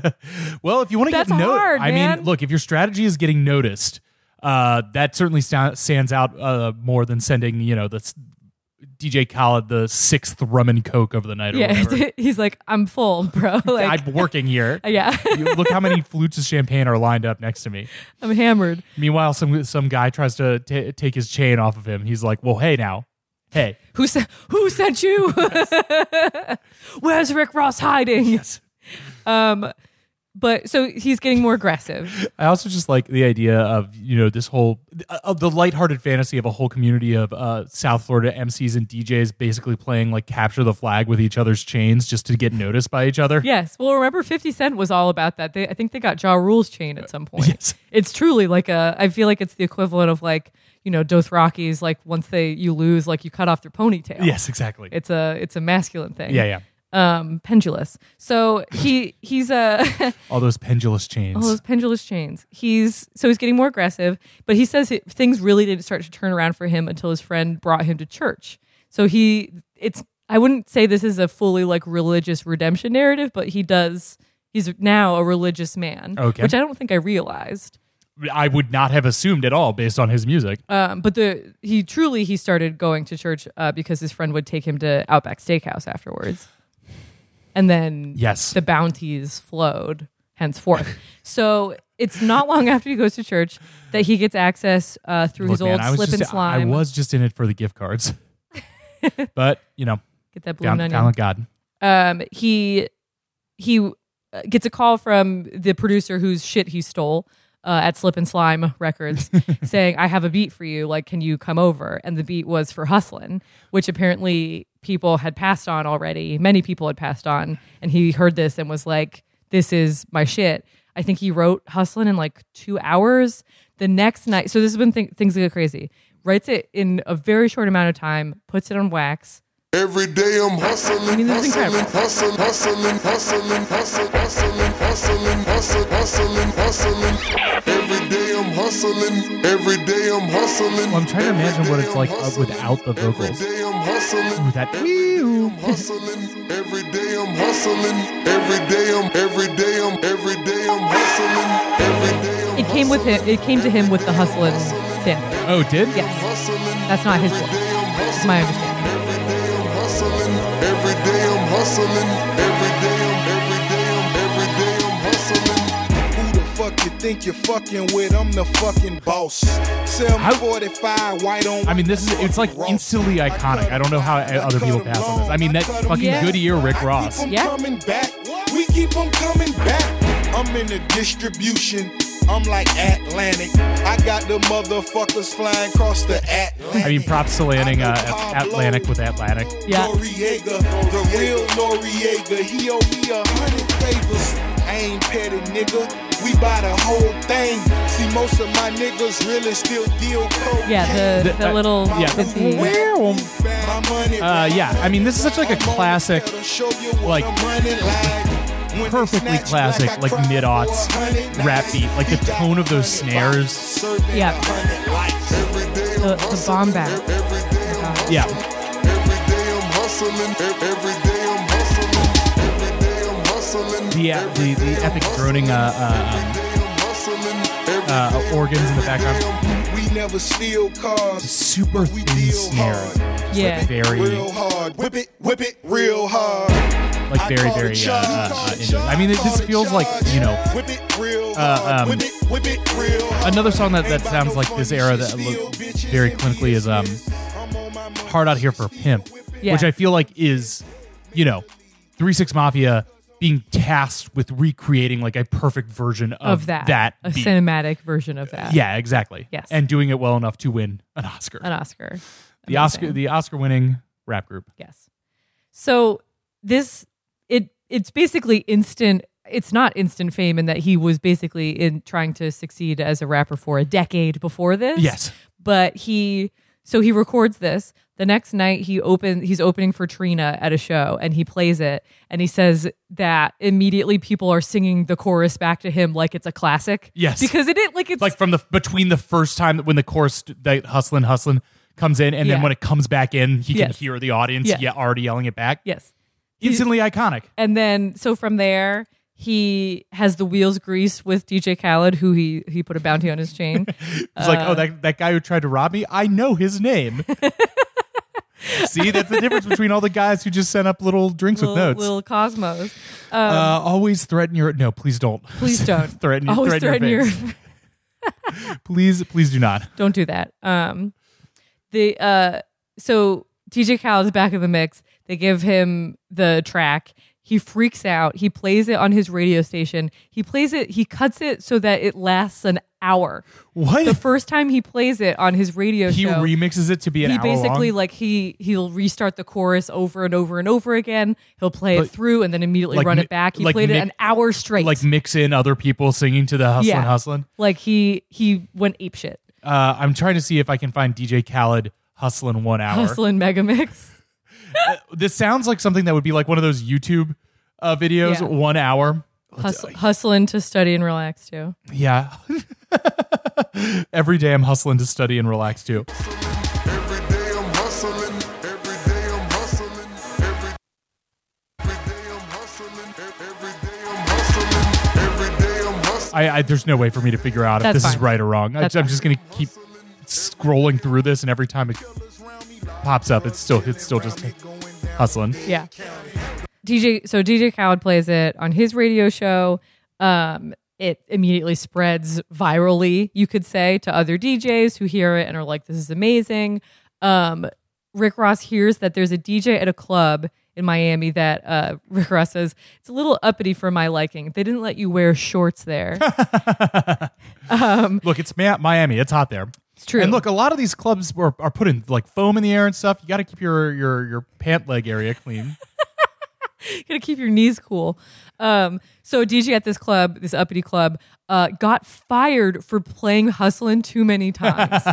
Well, if you want to get That's noticed, hard, I mean, man. look, if your strategy is getting noticed, uh, that certainly sta- stands out uh, more than sending, you know, the s- DJ Khaled the sixth rum and coke over the night or whatever. yeah, he's like, I'm full, bro. Like, uh, I'm working here. yeah, You- look how many flutes of champagne are lined up next to me. I'm hammered. Meanwhile, some some guy tries to ta take his chain off of him. He's like, "Well, hey now, hey, Who sent? Who sent you? Where's Rick Ross hiding? Um, but so he's getting more aggressive. I also just like the idea of you know this whole of the lighthearted fantasy of a whole community of uh, South Florida MCs and DJs basically playing like capture the flag with each other's chains just to get noticed by each other. Yes. Well, remember, Fifty Cent was all about that. They, I think they got Ja Rule's chain at some point. Yes. It's truly like a. I feel like it's the equivalent of like you know Dothrakis. Like once they you lose, like you cut off their ponytail. Yes, exactly. It's a it's a masculine thing. yeah, yeah. Um, pendulous. So he he's a All those pendulous chains. all those Oh, pendulous chains. He's so he's getting more aggressive, but he says it, things really didn't start to turn around for him until his friend brought him to church. So he it's I wouldn't say this is a fully like religious redemption narrative, but he does he's now a religious man, Okay. which I don't think I realized. I would not have assumed at all based on his music. Um, but the he truly he started going to church uh, because his friend would take him to Outback Steakhouse afterwards, and then Yes. the bounties flowed henceforth. so it's not long after he goes to church that he gets access uh, through his Look, man, old I was slip just, and slime. I was just in it for the gift cards, but you know, get that blue down, onion. down with God. um, he he uh, gets a call from the producer whose shit he stole uh, at Slip and Slime Records, saying, "I have a beat for you. Like, can you come over?" And the beat was for Hustlin', which apparently people had passed on already. Many people had passed on, and he heard this and was like, "This is my shit." I think he wrote Hustlin' in like two hours. The next night, so this is when th- things get crazy. Writes it in a very short amount of time, puts it on wax, Every day I'm hustling, mean, this is hustling, incredible. hustling, hustling, hustling, hustling, hustling, hustling, hustling, hustling, hustling. Every day I'm hustling. Every day I'm hustling. Well, I'm trying to Every imagine what day it's I'm like, uh, hustling. without the vocals. Every day I'm hustling. Ooh, that- oh, Every day I'm hustling. Every day I'm hustling. Every day I'm. Every day I'm. Every day I'm hustling. Every day I'm. It came with him. It came to him with the hustlin' sample. Oh, did Yes, hustling. that's not his Every voice. day I'm It's hustling. my understanding. Every day I'm hustling, every day I'm hustling, every day I'm, every day I'm, every day I'm hustling. Who the fuck you think you're fucking with? I'm the fucking boss. Sell me How- 45 white on I mean, this is, it's like instantly iconic. I don't know how e-, other people pass on this. I mean, that fucking Yeah. good ear, Rick Ross. I keep 'em Yeah. coming back. We keep 'em coming back. I'm in the distribution. Atlas. I'm like Atlantic. I got the motherfuckers flying across the Atlantic. I mean, props to landing uh, I know Pablo, Atlantic with Atlantic. Yeah. Noriega, the real Noriega. He owe me a hundred favors. I ain't petty, nigga. We buy the whole thing. See, most of my niggas really still deal coke. Yeah, the, The- the uh, little yeah. the- the- My money Uh, yeah, I mean, this is such like a I'm on the classic, pedal, show you what like, I'm running like. When they perfectly snatch classic, back, I like, cried mid-aughts for a hundred rap nights. beat, like, the He got tone of those a hundred snares. bucks, serving Yeah. a hundred lives. Every day I'm the, the hustling. bomb back. Every day I'm hustling. Yeah. Every day I'm hustling. Ev- Every day I'm hustling. Every day I'm hustling. The, uh, the, the epic droning uh, uh, uh, uh, organs in the background. We never steal cars. Super We thin deal snare. hard. Yeah. Very, Real hard. Whip it, whip it, real hard. like, very, very uh, uh, uh, into it. I mean, it just feels like, you know, Whip it real uh, hard. um, Whip it, whip it real hard. another song that, that Ain't 'bout sounds no like this funny era shit, that steal look bitches very and clinically is um bitches. I'm on my money. hard out here for a pimp, Yeah. which I feel like is, you know, Three Six Mafia being tasked with recreating like a perfect version of, of that. That a beat. cinematic version of that. yeah, exactly. Yes. and doing it well enough to win an Oscar. An Oscar. the Oscar, Amazing. the Oscar-winning rap group. Yes. So this it it's basically instant it's not instant fame in that he was basically in trying to succeed as a rapper for a decade before this. Yes, But he so he records this. The next night he open he's opening for Trina at a show and he plays it and he says that immediately people are singing the chorus back to him like it's a classic. Yes. Because it is like it's like from the between the first time that when the chorus that hustlin' hustlin' comes in, and then Yeah. when it comes back in, he can Yes. hear the audience yeah. Yeah. already yelling it back. yes. Instantly iconic. and then so from there he has the wheels greased with DJ Khaled, who he he put a bounty on his chain. It's like, Uh, oh, that, that guy who tried to rob me, I know his name. See, that's the difference between all the guys who just sent up little drinks little, with notes. little Cosmos, uh, always threaten your. No, please don't. um, please don't threaten, Always threaten your. fans. please, please do not. don't do that. Um, the uh, so DJ Khaled's back in the mix. They give him the track. He freaks out. He plays it on his radio station. He plays it. He cuts it so that it lasts an hour. What? The first time he plays it on his radio he show, remixes it to be an he hour basically long, like he he'll restart the chorus over and over and over again. He'll play But- it through and then immediately like run mi- it back. He like played mi- it an hour straight. like mix in other people singing to the hustlin' Yeah. hustlin'. Like he he went ape shit. Uh, I'm trying to see if I can find DJ Khaled hustlin' one hour. Hustling Megamix. This sounds like something that would be like one of those YouTube uh, videos, Yeah. one hour. Hustle, hustling to study and relax too. Yeah. Every day I'm hustling to study and relax too. Every day I'm hustling. Every day I'm hustling. Every every day I'm hustling. Every day I'm hustling. Every day I'm hustling. I, I there's no way for me to figure out if That's this is fine. right or wrong. I, I'm That's fine. just gonna keep scrolling through this, and every time it pops up, it's still it's still just hustling. Yeah. DJ so DJ Khaled plays it on his radio show. Um it immediately spreads virally, you could say, to other DJs who hear it and are like, this is amazing. Um Rick Ross hears that there's a DJ at a club in Miami that uh, Rick Ross says, it's a little uppity for my liking. They didn't let you wear shorts there. Look, it's Mi- Miami. It's hot there. It's true. And look, a lot of these clubs are, are putting like foam in the air and stuff. You got to keep your your your pant leg area clean. gotta keep your knees cool. Um, so a DJ at this club, this uppity club, uh, got fired for playing hustlin' too many times.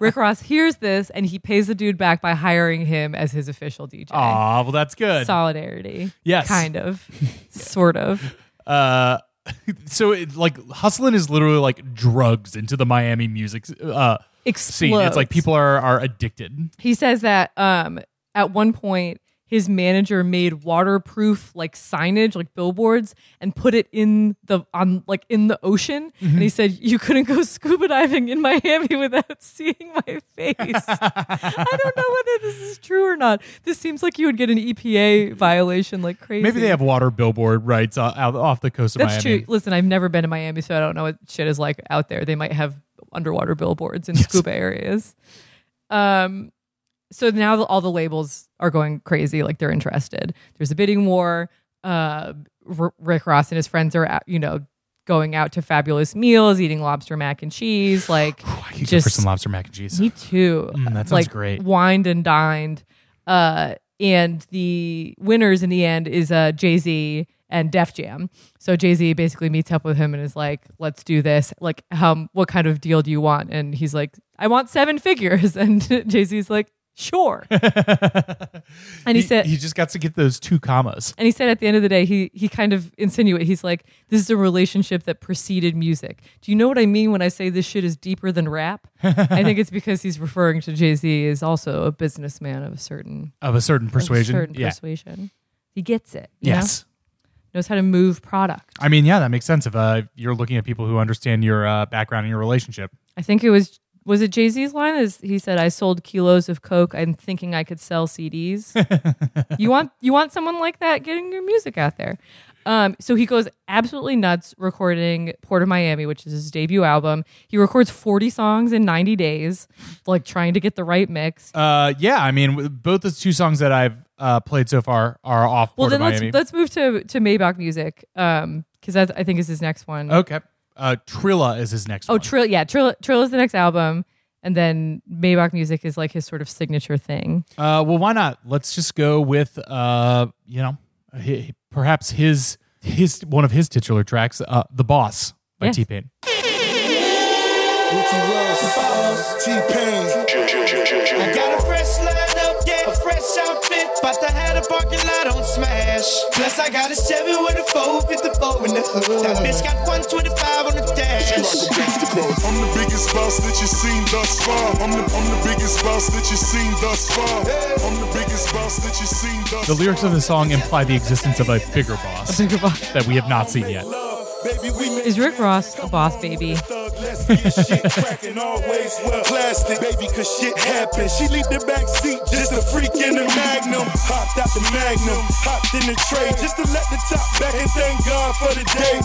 Rick Ross hears this and he pays the dude back by hiring him as his official DJ. Aw, well that's good. Solidarity. Yes. Kind of. sort of. Uh, so it, like hustling is literally like drugs into the Miami music uh, scene. Explodes. It's like people are are addicted. He says that um, at one point his manager made waterproof like signage, like billboards, and put it in the on like in the ocean. And he said you couldn't go scuba diving in Miami without seeing my face. I don't know whether this is true or not. This seems like you would get an EPA violation like crazy. Maybe they have water billboard rights o- out, off the coast of That's Miami. true. Listen, I've never been to Miami, so I don't know what shit is like out there. They might have underwater billboards in scuba areas. Um, so now all the labels are going crazy, like they're interested. There's a bidding war. Uh, R- Rick Ross and his friends are, out, you know, going out to fabulous meals, eating lobster mac and cheese, like I could go for just- some lobster mac and cheese. me too. Mm, that sounds like, great. Wined and dined. Uh, and the winners in the end is uh, Jay Z and Def Jam. So Jay Z basically meets up with him and is like, "Let's do this. Like, how? What kind of deal do you want?" And he's like, "I want seven figures." And Jay Z's like, "Sure." and he, said, he just got to get those two commas. and he said at the end of the day, he he kind of insinuated he's like, this is a relationship that preceded music. Do you know what I mean when I say this shit is deeper than rap? I think it's because he's referring to Jay Z as also a businessman of a certain of a certain of a persuasion. certain yeah. persuasion. He gets it. you know? Yes. knows how to move product. I mean, yeah, that makes sense. If uh, you're looking at people who understand your uh, background and your relationship, I think it was was it Jay Z's line? Is he said, "I sold kilos of coke. I'm thinking I could sell CDs." you want you want someone like that getting your music out there. Um, so he goes absolutely nuts recording Port of Miami, which is his debut album. He records 40 songs in 90 days, like trying to get the right mix. uh, yeah, I mean, w- both the two songs that I've uh, played so far are off well, Port of then let's Miami. let's move to to Maybach Music because that I think is his next one. okay. Uh, Trilla is his next Oh, one. Trill, yeah, Trill, Trill is the next album, and then Maybach Music is like his sort of signature thing. uh, well, why not? Let's just go with, uh, you know, hi perhaps his his one of his titular tracks, uh, "The Boss" by Yeah. T Pain. Ricky Ross, T-Pain. I got a fresh lineup, yeah, a fresh outfit. About to have the parking lot on smash. Plus, I got a 7 with a 454 in the hood. That bitch got 125 on the dash. I'm the biggest boss that you seen thus far. I'm the, I'm the biggest boss that you seen thus far. I'm the biggest boss that you seen thus The far. lyrics of the song imply the existence of a bigger boss that we have not seen yet. Is Rick Ross a boss baby? Thug, let's get shit cracking always well. Plastic, baby, cause shit happens. She leave the back seat, just a freak in the magnum. Hopped out the magnum, hopped in the tray, just to let the top back and thank God for the day.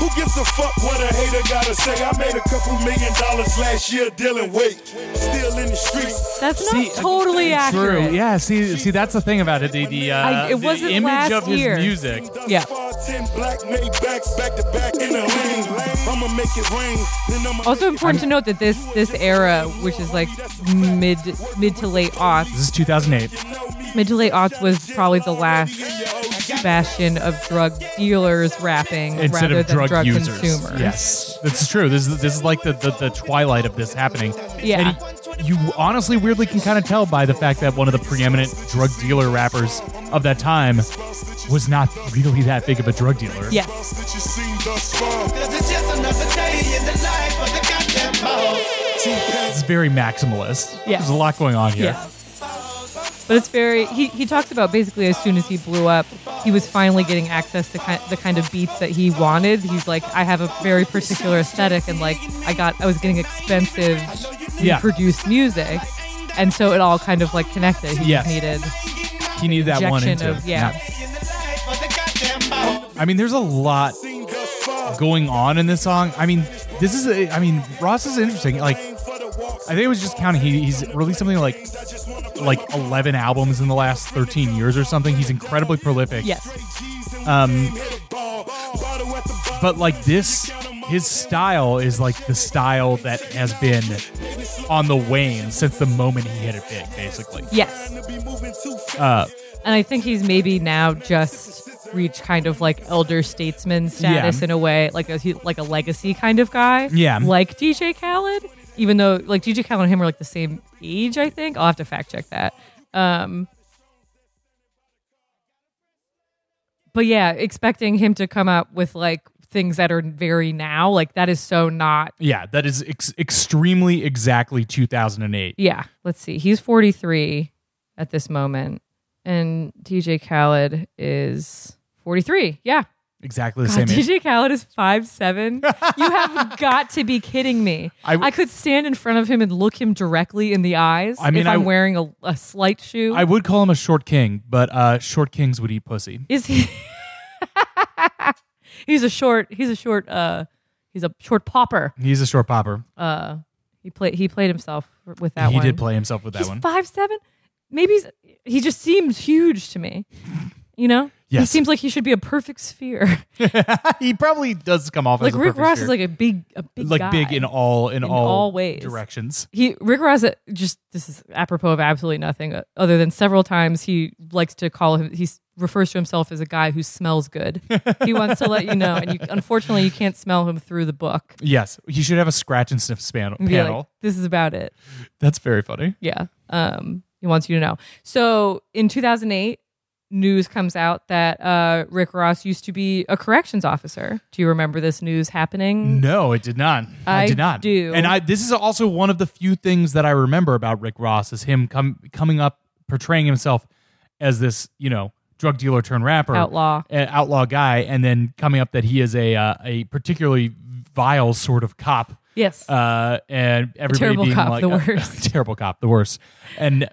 Who gives a fuck what a hater gotta say? I made a couple million dollars last year dealing weight. Still in the streets. That's not totally accurate. uh, True. Yeah. See, see, that's the thing about it. The the, uh, I- it the wasn't image last of his year. music. Yeah. Ten black Maybachs back to back in the lane. I'ma make it rain. Then I'ma Also important to note that this this era, which is like mid mid to late aughts, This is 2008. mid to late aughts was probably the last bastion of drug dealers rapping Instead rather of than drug, drug, users. consumers. Yes, that's true. This is this is like the, the, the twilight of this happening. Yeah. And you honestly weirdly can kind of tell by the fact that one of the preeminent drug dealer rappers of that time was not really that big of a drug dealer. Yes. Boss that you seen thus far. Cause it's just another day in the life of the goddamn boss. It's very maximalist. Yes. There's a lot going on here. Yeah. But it's very. He, he talks about basically as soon as he blew up, he was finally getting access to ki- the kind of beats that he wanted. He's like, I have a very particular aesthetic, and like I got, I was getting expensive, Yeah. produced music, and so it all kind of like connected. He Yes. just needed He needed that one injection into. of yeah. In the life of the goddamn boss. I mean, there's a lot going on in this song. I mean, this is. A, I mean, Ross is interesting. Like, I think it was just counting. He, he's released something like like 11 albums in the last 13 years or something. He's incredibly prolific. Yes. But like this, his style is like the style that has been on the wane since the moment he hit it big, basically. Yes. Uh, And I think he's maybe now just reached kind of like elder statesman status Yeah. in a way, like a he- like a legacy kind of guy. Yeah. Like DJ Khaled, even though like DJ Khaled and him are like the same age, I think. I'll have to fact check that. Um But yeah, expecting him to come up with like things that are very now, like that is so not yeah, that is ex- extremely exactly 2008. yeah, let's see. He's 43 at this moment, and DJ Khaled is 43. Yeah. Exactly the God, same age. DJ Khaled is five seven. you have got to be kidding me. I I w- could stand in front of him and look him directly in the eyes I mean, if I I'm w- wearing a, a slight shoe. I would call him a short king, but uh, short kings would eat pussy. is he? he's a short. He's a short. Uh, he's a short popper. He's a short popper. Uh, he played. He played himself with that he one. did play himself with that he's one. five seven. Maybe he's, he just seems huge to me. You know, he Yes. seems like he should be a perfect sphere. he probably does come off like as a Rick perfect Ross is sphere. like a big, a big, like guy. big in all in, all, all ways. directions. he Rick Ross uh, just this is apropos of absolutely nothing uh, other than several times he likes to call him he s- refers to himself as a guy who smells good. he wants to let you know, and you, unfortunately, you can't smell him through the book. Yes, he should have a scratch and sniff span- And be panel. like, this is about it. That's very funny. Yeah. Um, he wants you to know. So in 2008, news comes out that uh, Rick Ross used to be a corrections officer. Do you remember this news happening? No, it did not. I, I did not. do. And I this is also one of the few things that I remember about Rick Ross is him com- coming up portraying himself as this, you know, drug dealer turned rapper, Outlaw. uh, outlaw guy and then coming up that he is a uh, a particularly vile sort of cop. Yes. Uh and everybody terrible being cop, like uh, the worst. terrible cop, the worst. And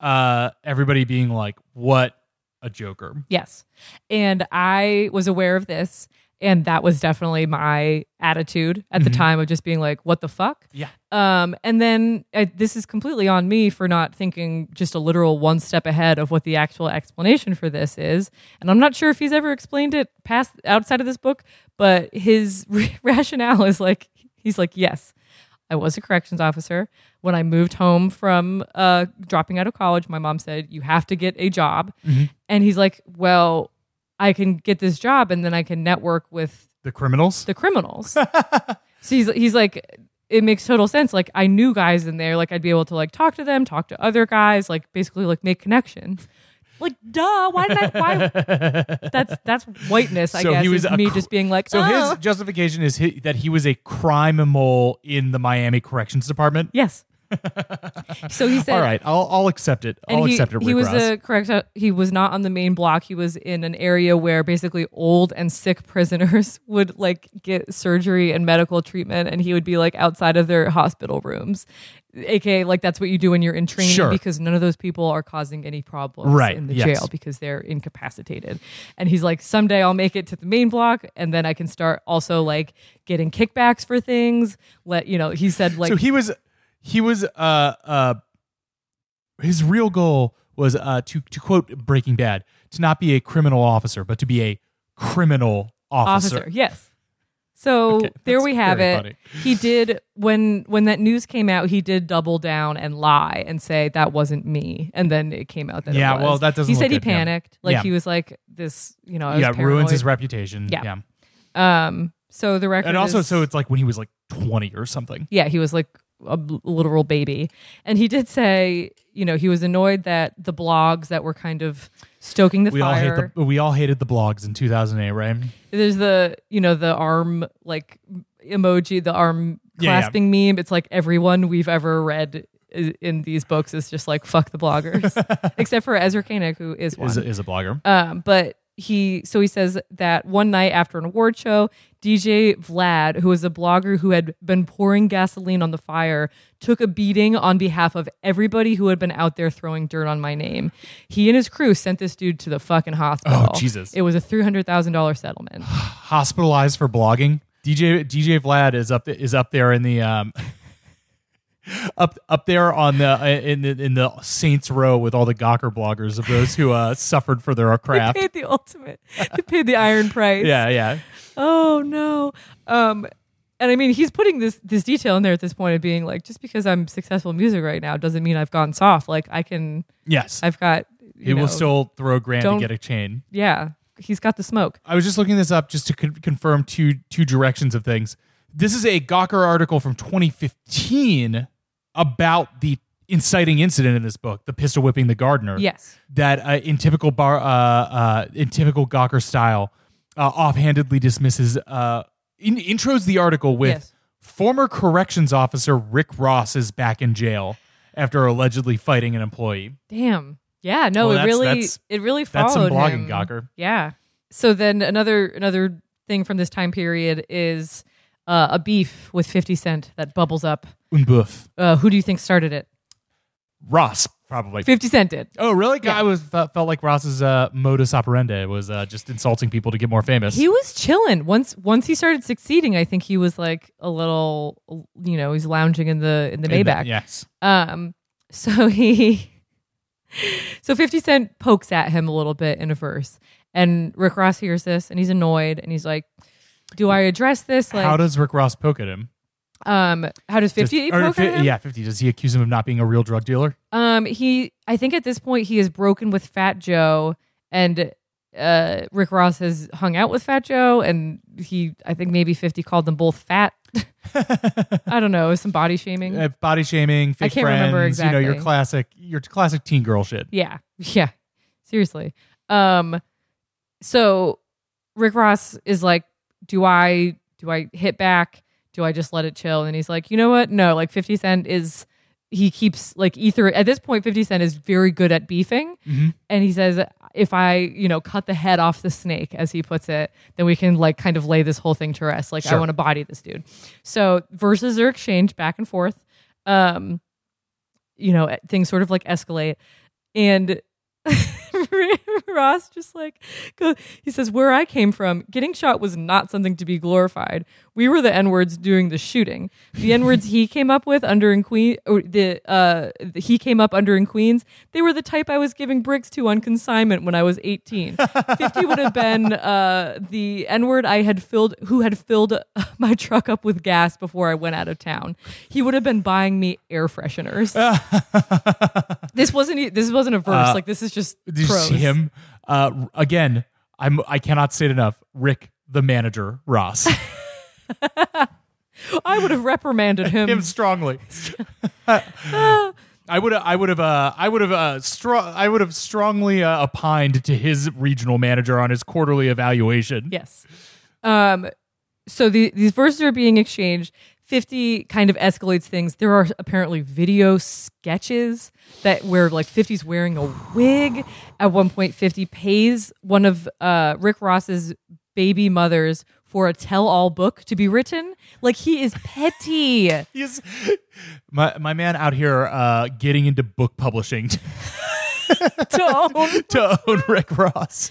uh everybody being like what a joker. Yes. And I was aware of this. And that was definitely my attitude at the time of just being like, what the fuck? Yeah. Um, and then uh, this is completely on me for not thinking just a literal one step ahead of what the actual explanation for this is. And I'm not sure if he's ever explained it past outside of this book, but his rationale is like, he's like, yes, I was a corrections officer. When I moved home from uh, dropping out of college, my mom said, You have to get a job. And he's like, Well, I can get this job and then I can network with The criminals? the criminals. so he's, he's like, It makes total sense. Like, I knew guys in there. Like, I'd be able to like talk to them, talk to other guys, like basically like make connections. Like, duh, why did I? Why? That's that's whiteness, I So guess. he was is a me cr- just being like, So oh. his justification is hi that he was a crime mole in the Miami Corrections Department. Yes. so he said, All right, I'll I'll accept it. and I'll he, accept it. he Rick was Ross. a correct uh, he was not on the main block he was in an area where basically old and sick prisoners would like get surgery and medical treatment and he would be like outside of their hospital rooms aka like that's what you do when you're in training Sure. because none of those people are causing any problems Right, in the yes. jail because they're incapacitated and he's like someday i'll make it to the main block and then i can start also like getting kickbacks for things let you know he said like so he was he was uh uh his real goal was uh to to quote Breaking Bad to not be a criminal officer but to be a criminal officer. officer. Yes. So Okay, there that's we have very it. funny. He did when when that news came out, he did double down and lie and say that wasn't me, and then it came out that it Yeah, was. well, that doesn't He said look he good, yeah. panicked, like Yeah. he was like this, you know, I was Yeah, ruins his paranoid. reputation. Yeah. um. So the record and also is- so it's like when he was like twenty or something. yeah, he was like a b- literal baby. And he did say, you know, he was annoyed that the blogs that were kind of stoking the We all fire. hate the we all hated the blogs in two thousand eight, right? there's the you know the arm like emoji the arm Yeah, yeah. clasping meme it's like everyone we've ever read i- in these books is just like fuck the bloggers except for ezra koenig who is one Is a, is a blogger. um, but he so he says that one night after an award show dj vlad who is a blogger who had been pouring gasoline on the fire took a beating on behalf of everybody who had been out there throwing dirt on my name he and his crew sent this dude to the fucking hospital Oh, Jesus. it was a $300000 settlement hospitalized for blogging. DJ DJ Vlad is up is up there in the um up up there on the uh, in the in the Saints row with all the Gawker bloggers of those who uh suffered for their craft. paid the ultimate. They paid the iron price. Yeah, yeah. Oh no. Um, and I mean, he's putting this this detail in there at this point of being like, just because I'm successful in music right now doesn't mean I've gone soft. Like I can, Yes. I've got. he You know, will still throw a grand to don't- get a chain. Yeah, he's got the smoke. I was just looking this up just to con- confirm two two directions of things. This is a Gawker article from 2015 about the inciting incident in this book, the pistol whipping the gardener. Yes. that uh, in typical bar uh, uh, in typical Gawker style, uh, offhandedly dismisses uh, in, intros the article with Yes. former corrections officer Rick Ross is back in jail after allegedly fighting an employee. Damn. Yeah. No. Well, it that's- really. that's- it really followed that's some blogging, him. Gawker. Yeah. So then another another thing from this time period is uh, a beef with Fifty Cent that bubbles up. Unboof. Uh, who do you think started it? Ross probably. Fifty Cent did. Oh really? Yeah. I was felt, felt like Ross's uh, modus operandi was uh, just insulting people to get more famous. He was chilling once. Once he started succeeding, I think he was like a little, you know, he's lounging in the in the In the- Maybach. yes. Um. So Um, he So 50 Cent pokes at him a little bit in a verse. And Rick Ross hears this and he's annoyed and he's like, Do I address this? Like, How does Rick Ross poke at him? um, how does 50 Does- or poke fi- at him? Yeah, 50. Does he accuse him of not being a real drug dealer? Um, he, I think at this point he is broken with Fat Joe, and uh, Rick Ross has hung out with Fat Joe, and he, I think maybe Fifty called them both fat. I don't know, some body shaming. Uh, body shaming, fake can't friends, remember you know, your exactly. classic your classic teen girl shit. Yeah. Yeah. Seriously. Um so Rick Ross is like, Do I do I hit back? Do I just let it chill? And he's like, you know what? No, like fifty cent is he keeps like ether at this point 50 cent is very good at beefing and he says if i you know cut the head off the snake as he puts it then we can like kind of lay this whole thing to rest like i Sure. want to body this dude so verses are exchanged back and forth um you know, eh, things sort of like escalate. And Ross just like go, he says, "Where I came from, getting shot was not something to be glorified. We were the n words doing the shooting. The n words he came up with under in Queen, or the uh, the- he came up under in Queens. They were the type I was giving bricks to on consignment when I was eighteen. Fifty would have been uh, the n word I had filled, who had filled my truck up with gas before I went out of town. He would have been buying me air fresheners." This wasn't e- this wasn't a verse. like this is just Uh, Did you prose. see him? Uh, r- again, I'm I cannot say it enough. Rick, the manager, Ross. I would have reprimanded him. him strongly. I would I would have uh, I would have uh, str- I would have strongly uh, opined to his regional manager on his quarterly evaluation. yes. Um. So the, these verses are being exchanged. Fifty kind of escalates things. There are apparently video sketches that where like 50's wearing a wig. At one point, Fifty pays one of uh, Rick Ross's baby mothers for a tell-all book to be written. Like he is petty. He is- my my man out here uh, getting into book publishing Don't. to own Rick Ross.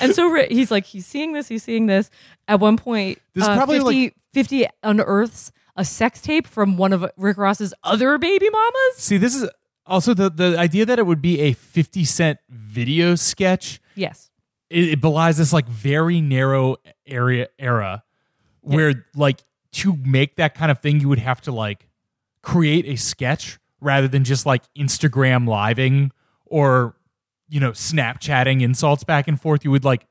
And so Ri- he's like, he's seeing this, he's seeing this. At one point, This is uh, probably 50, 50 unearths a sex tape from one of Rick Ross's other baby mamas. See, this is also the the idea that it would be a fifty cent video sketch. Yes. it, it belies this like very narrow area era where like to make that kind of thing you would have to like create a sketch rather than just like instagram living or you know snapchatting insults back and forth you would like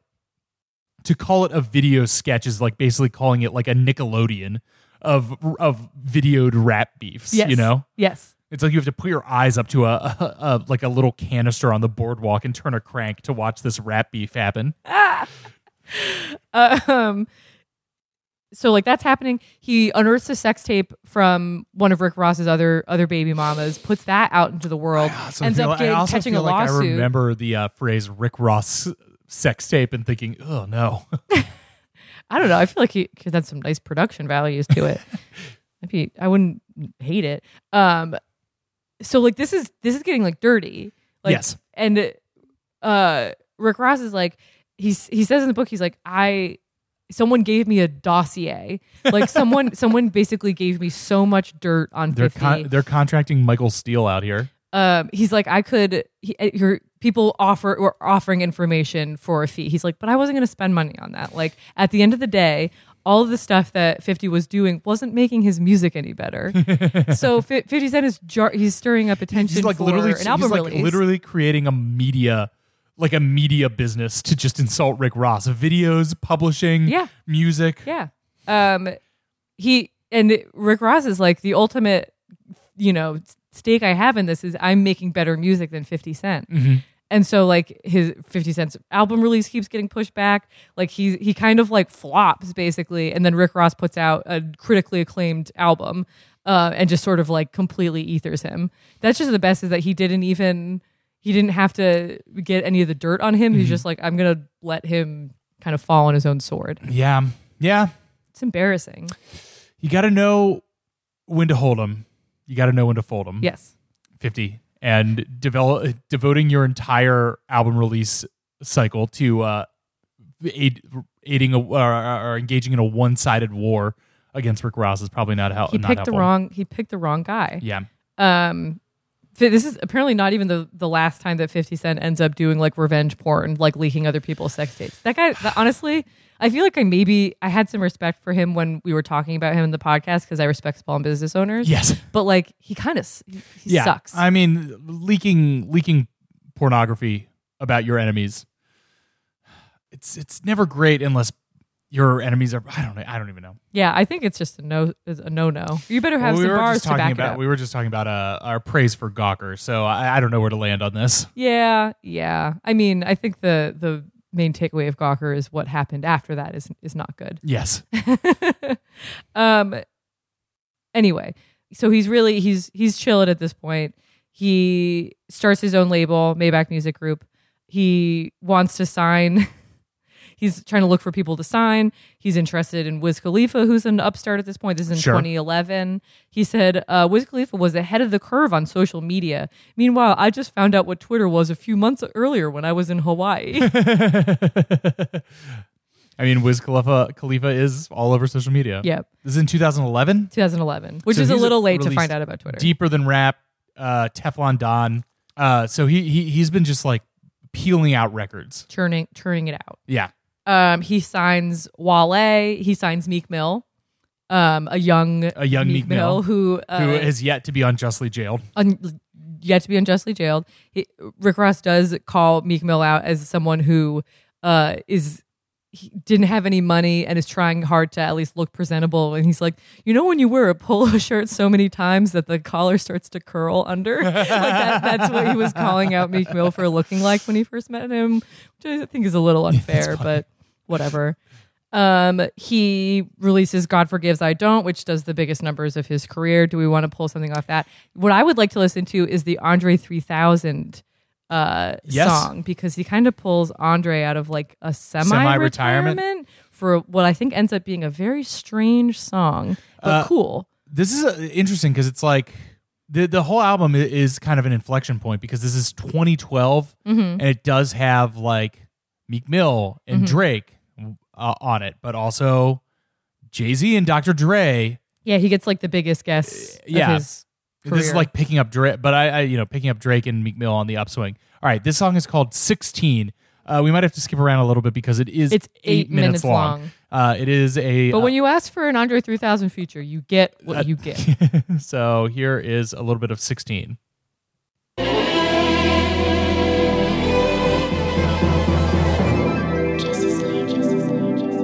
to call it a video sketch is like basically calling it like a nickelodeon of of videoed rap beefs Yes. you know Yes. it's like you have to put your eyes up to a, a, a like a little canister on the boardwalk and turn a crank to watch this rap beef happen. um so like that's happening he unearths a sex tape from one of rick ross's other other baby mamas puts that out into the world So I ends feel- up getting, I also catching feel a like lawsuit I remember the uh, phrase Rick Ross sex tape and thinking, oh no, I don't know. I feel like he could add some nice production values to it. I'd be, I wouldn't hate it. Um, so like this is this is getting like dirty. Like, Yes. And uh, Rick Ross is like he's he says in the book he's like I someone gave me a dossier like someone someone basically gave me so much dirt on they're 50 con- they're contracting Michael Steele out here. um, he's like, I could. He, uh, your people offer were offering information for a fee. He's like, but I wasn't going to spend money on that. Like at the end of the day, all of the stuff that Fifty was doing wasn't making his music any better. so Fi- Fifty Cent is jar- he's stirring up attention He's like for literally, an album he's like release. literally creating a media. Like a media business to just insult Rick Ross, videos, publishing, Yeah. music. Yeah. Um, he and Rick Ross is like the ultimate, you know, stake I have in this is I'm making better music than 50 Cent. And so like his 50 Cent's album release keeps getting pushed back. Like he he kind of like flops basically and then Rick Ross puts out a critically acclaimed album uh, and just sort of like completely ethers him. That's just the best is that he didn't even he didn't have to get any of the dirt on him. He's just like I'm going to let him kind of fall on his own sword. Yeah. Yeah. It's embarrassing. You got to know when to hold them. You got to know when to fold them. Yes. 50 and develop devoting your entire album release cycle to uh aid, aiding a, or, or or engaging in a one-sided war against Rick Ross is probably not how He not picked the helpful. wrong he picked the wrong guy. yeah Um fi- this is apparently not even the, the last time that 50 Cent ends up doing like revenge porn, like leaking other people's sex tapes. That guy, that, honestly, I feel like I maybe I had some respect for him when we were talking about him in the podcast because I respect small business owners. Yes. But like he kind of he, he yeah, sucks. I mean, leaking leaking pornography about your enemies. It's it's never great unless your enemies are. I don't know. I don't even know. yeah, I think it's just a no is a no no. You better have Well, we some were bars just to talking back it about up. we were just talking about uh, our praise for Gawker, so I, I don't know where to land on this. yeah, yeah. I mean, I think the the main takeaway of Gawker is what happened after that is is not good. Yes, um anyway so he's really he's he's chilling at this point he starts his own label maybach music group he wants to sign he's trying to look for people to sign he's interested in wiz khalifa who's an upstart at this point this is in Sure. 2011 he said uh, wiz khalifa was ahead of the curve on social media meanwhile i just found out what twitter was a few months earlier when i was in hawaii I mean Wiz Khalifa Khalifa is all over social media. yep this is in 2011, 2011 which So is a he's little late to released find out about twitter Deeper than rap, uh, Teflon Don. Uh, so he he he's been just like peeling out records. churning churning it out Yeah, Um, he signs Wale. He signs Meek Mill, um, a young A young Meek Mill. who, uh, who has yet to be unjustly jailed. un- yet to be unjustly jailed. He, Rick Ross does call Meek Mill out as someone who uh, is he didn't have any money and is trying hard to at least look presentable. And he's like, you know, when you wear a polo shirt so many times that the collar starts to curl under, like that, that's what he was calling out Meek Mill for looking like when he first met him, which I think is a little unfair, but whatever. Um, he releases God Forgives I Don't, which does the biggest numbers of his career. Do we want to pull something off that? What I would like to listen to is the Andre 3000 uh, Yes. song because he kind of pulls Andre out of like a semi Semi-retirement. retirement for what I think ends up being a very strange song, but cool. This is uh, interesting because it's like the the whole album i- is kind of an inflection point because this is 2012 and it does have like Meek Mill and Drake uh, on it, but also Jay Z and Dr. Dre. Yeah, he gets like the biggest guess. yeah. Of his This is career. like picking up Drake, but I, I you know picking up Drake and Meek Mill on the upswing. All right, this song is called 16. Uh, we might have to skip around a little bit because it is It's eight minutes long. Uh, it is a But uh, when you ask for an Andre 3000 feature, you get what you get. so here is a little bit of 16. Justice League, Justice League, Justice League, Justice League.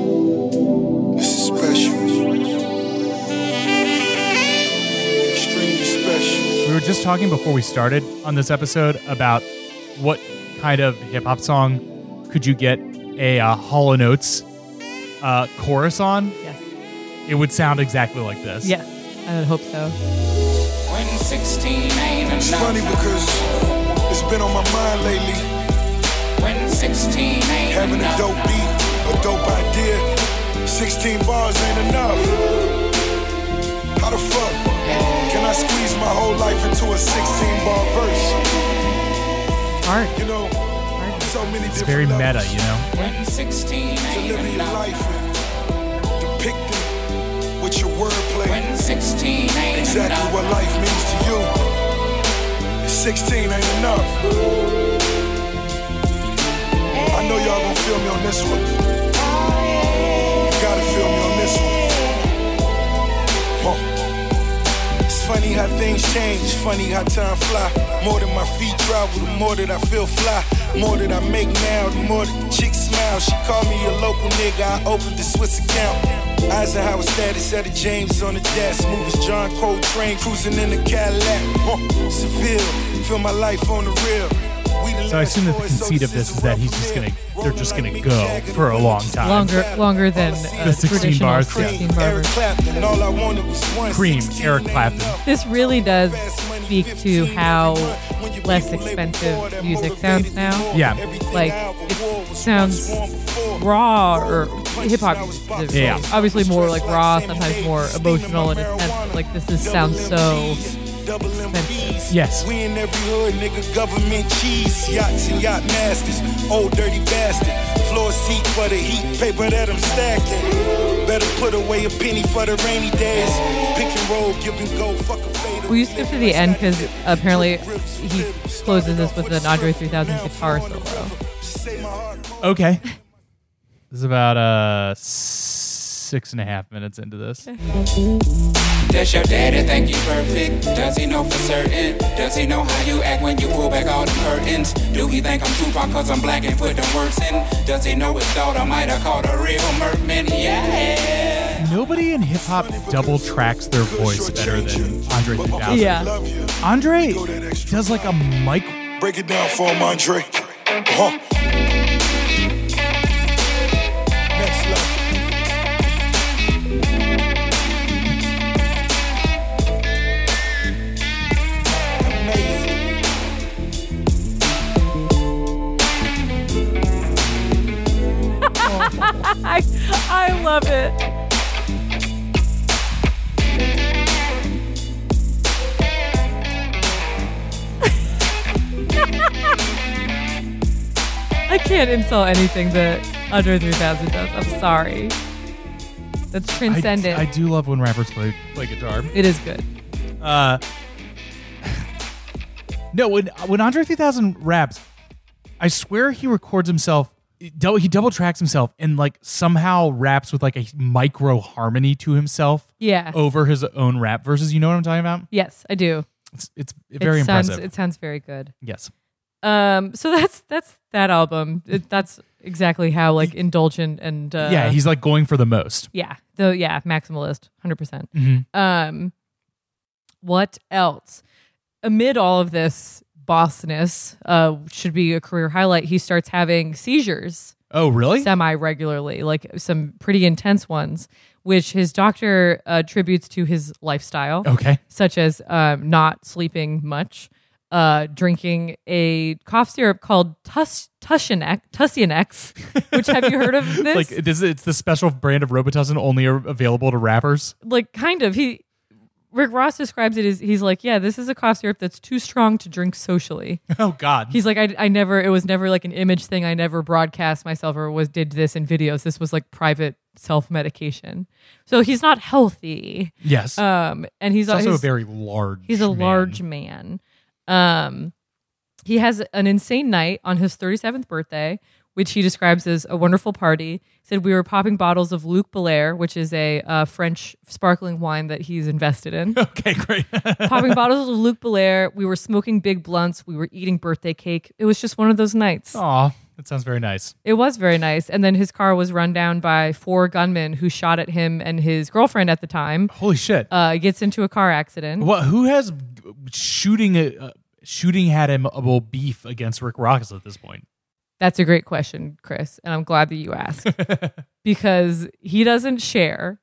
This is special. Extremely special. We were just talking before we started on this episode about what kind of hip hop song could you get a uh, Hollow Notes uh, chorus on? yes. It would sound exactly like this. Yes. I would hope so. It's funny because it's been on my mind lately. Having a dope beat, a dope idea. 16 bars ain't enough. How the fuck can I squeeze my whole life into a 16 bar verse? Art. You know, so many It's very different meta, levels. you know? to living your life and depicting with your wordplay exactly what life means to you. And 16 ain't enough. I know y'all gonna feel me on this one. Gotta feel me on this one. Huh. It's funny how things change, funny how time fly. More than my feet travel, the more that I feel fly. More that I make now, the more the chick smile. She called me a local nigga, I opened the Swiss account. Eisenhower status at a James on the desk. Movies John Coltrane cruising in the Cadillac. Huh. Seville, feel my life on the real. We the So I assume that the last boys, so conceit of this this is is that where he's I'm just from. gonna- they're just Rolling gonna go like Mick Jagger, for a the long witches time. Longer- longer than, uh, The 16 traditional bars, yeah. 16 Eric Clapton, all I wanted was one. Cream, 16 Eric ain't Clapton. enough. This really does speak to how When your less people label expensive more, that music motivated sounds now. more. Yeah. Everything Like, I ever it's wore sounds raw or hip hop. is Yeah. Obviously more like raw, sometimes more emotional and intense. Like this is sounds so. Yes. We in every hood, nigga, government cheese, yachts and yacht masters, old dirty bastard. Floor seat for the heat, paper that I'm stacking. Better put away a penny for the rainy days. Pick and roll, give and go, fuck a fade. Will you skip to the end because apparently he closes this with an Andre 3000 guitar solo. Okay. This is about uh six and a half minutes into this. Does your daddy think you perfect? Does he know for certain? Does he know how you act when you pull back all the curtains? Do he think I'm Tupac cause I'm black and put the works in? Does he know his daughter might have called a real merman? Yeah. Nobody in hip hop double tracks their voice better than Andre 3000. Yeah. Andre does like a mic. Break it down for him, Andre. Uh-huh. Next level. Amazing. I, I love it. I can't insult anything that Under 3000 does. I'm sorry. That's I, transcendent. I do love when rappers play play guitar. it is good. Uh, no, when when Andre 3000 raps, I swear he records himself. He double, he double tracks himself and like somehow raps with like a micro harmony to himself Yeah. over his own rap verses. You know what I'm talking about? Yes, I do. It's it's very it sounds, impressive. It sounds very good. yes. Um, so that's that's that album. It, that's exactly how like indulgent and uh, yeah, he's like going for the most. Yeah. The yeah, maximalist, 100%. percent Mm-hmm. Um what else? Amid all of this bossness, uh should be a career highlight. He starts having seizures Oh, really? semi regularly, like some pretty intense ones, which his doctor attributes to his lifestyle okay. such as um, not sleeping much, uh, drinking a cough syrup called Tus- Tussionex, Tussionex, which have you heard of this? Like this, it's the special brand of Robitussin only a- available to rappers. like kind of he Rick Ross describes it as he's like, yeah, this is a cough syrup that's too strong to drink socially. Oh God. He's like, I, I never, it was never like an image thing. I never broadcast myself or was did this in videos. This was like private self medication. So he's not healthy. yes. Um, and he's, he's also he's- a very large. He's a man. large man. Um, he has an insane night on his 37th birthday, which he describes as a wonderful party. He said we were popping bottles of Luc Belair, which is a uh, French sparkling wine that he's invested in. Okay, great. popping bottles of Luc Belair. We were smoking big blunts. We were eating birthday cake. It was just one of those nights. Aw, that sounds very nice. It was very nice. And then his car was run down by four gunmen who shot at him and his girlfriend at the time. Holy shit. Uh, gets into a car accident. What? Who has shooting a uh, shooting had him a little beef against Rick Ross at this point? That's a great question, Chris, and I'm glad that you asked because he doesn't share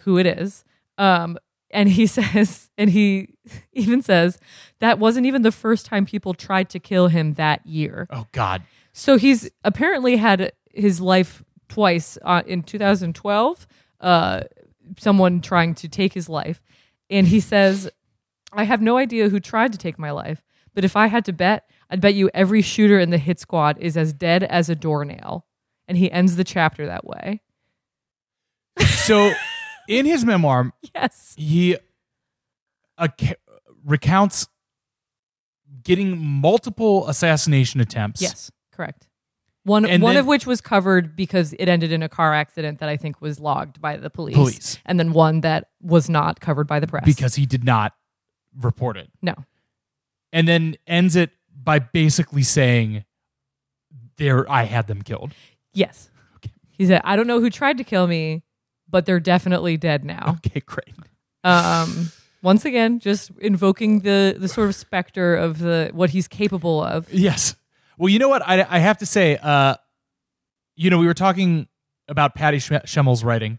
who it is. Um, and he says, and he even says that wasn't even the first time people tried to kill him that year. Oh God. So he's apparently had his life twice uh, in 2012, uh, someone trying to take his life. And he says, I have no idea who tried to take my life, but if I had to bet, I'd bet you every shooter in the hit squad is as dead as a doornail. And he ends the chapter that way. So, in his memoir, Yes. he ac- recounts getting multiple assassination attempts. Yes, correct. One, And one then- of which was covered because it ended in a car accident that I think was logged by the police. Police. And then one that was not covered by the press. because he did not report it, No. and then ends it by basically saying, "There, I had them killed." Yes. He said, I don't know who tried to kill me, but they're definitely dead now. Okay, great. Um, once again, just invoking the, the sort of specter of the what he's capable of. Yes. Well, you know what? I, I have to say, uh, you know, we were talking about Patty Schm- Schemmel's writing.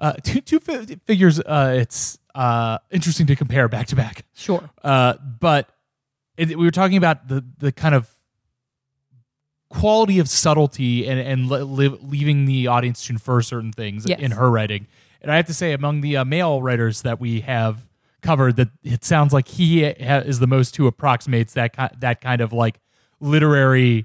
Uh, two two fi- figures. Uh, it's uh, interesting to compare back to back. Sure. Uh, but it, we were talking about the the kind of quality of subtlety and and le- live, leaving the audience to infer certain things Yes. in her writing. And I have to say, among the uh, male writers that we have covered, that it sounds like he ha- is the most who approximates that ki- that kind of like literary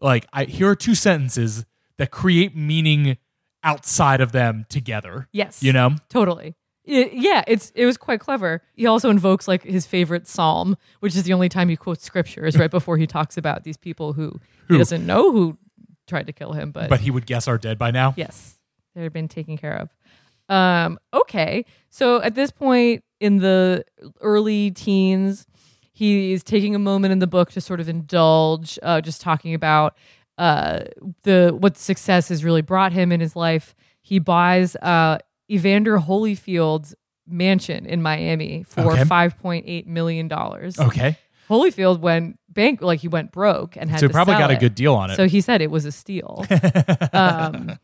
like I, here are two sentences that create meaning outside of them together. Yes. you know. Totally. Y- Yeah, it's it was quite clever. He also invokes like his favorite psalm, which is the only time he quotes scripture is right before he talks about these people who, Who? he doesn't know who tried to kill him, but, But he would guess are dead by now. yes, they've been taken care of. Um, okay, so at this point in the early teens, he's taking a moment in the book to sort of indulge, uh, just talking about uh, the what success has really brought him in his life. He buys uh, Evander Holyfield's mansion in Miami for Okay. five point eight million dollars. Okay, Holyfield went bank like he went broke and had so to probably sell got a it. good deal on it. So he said it was a steal. um,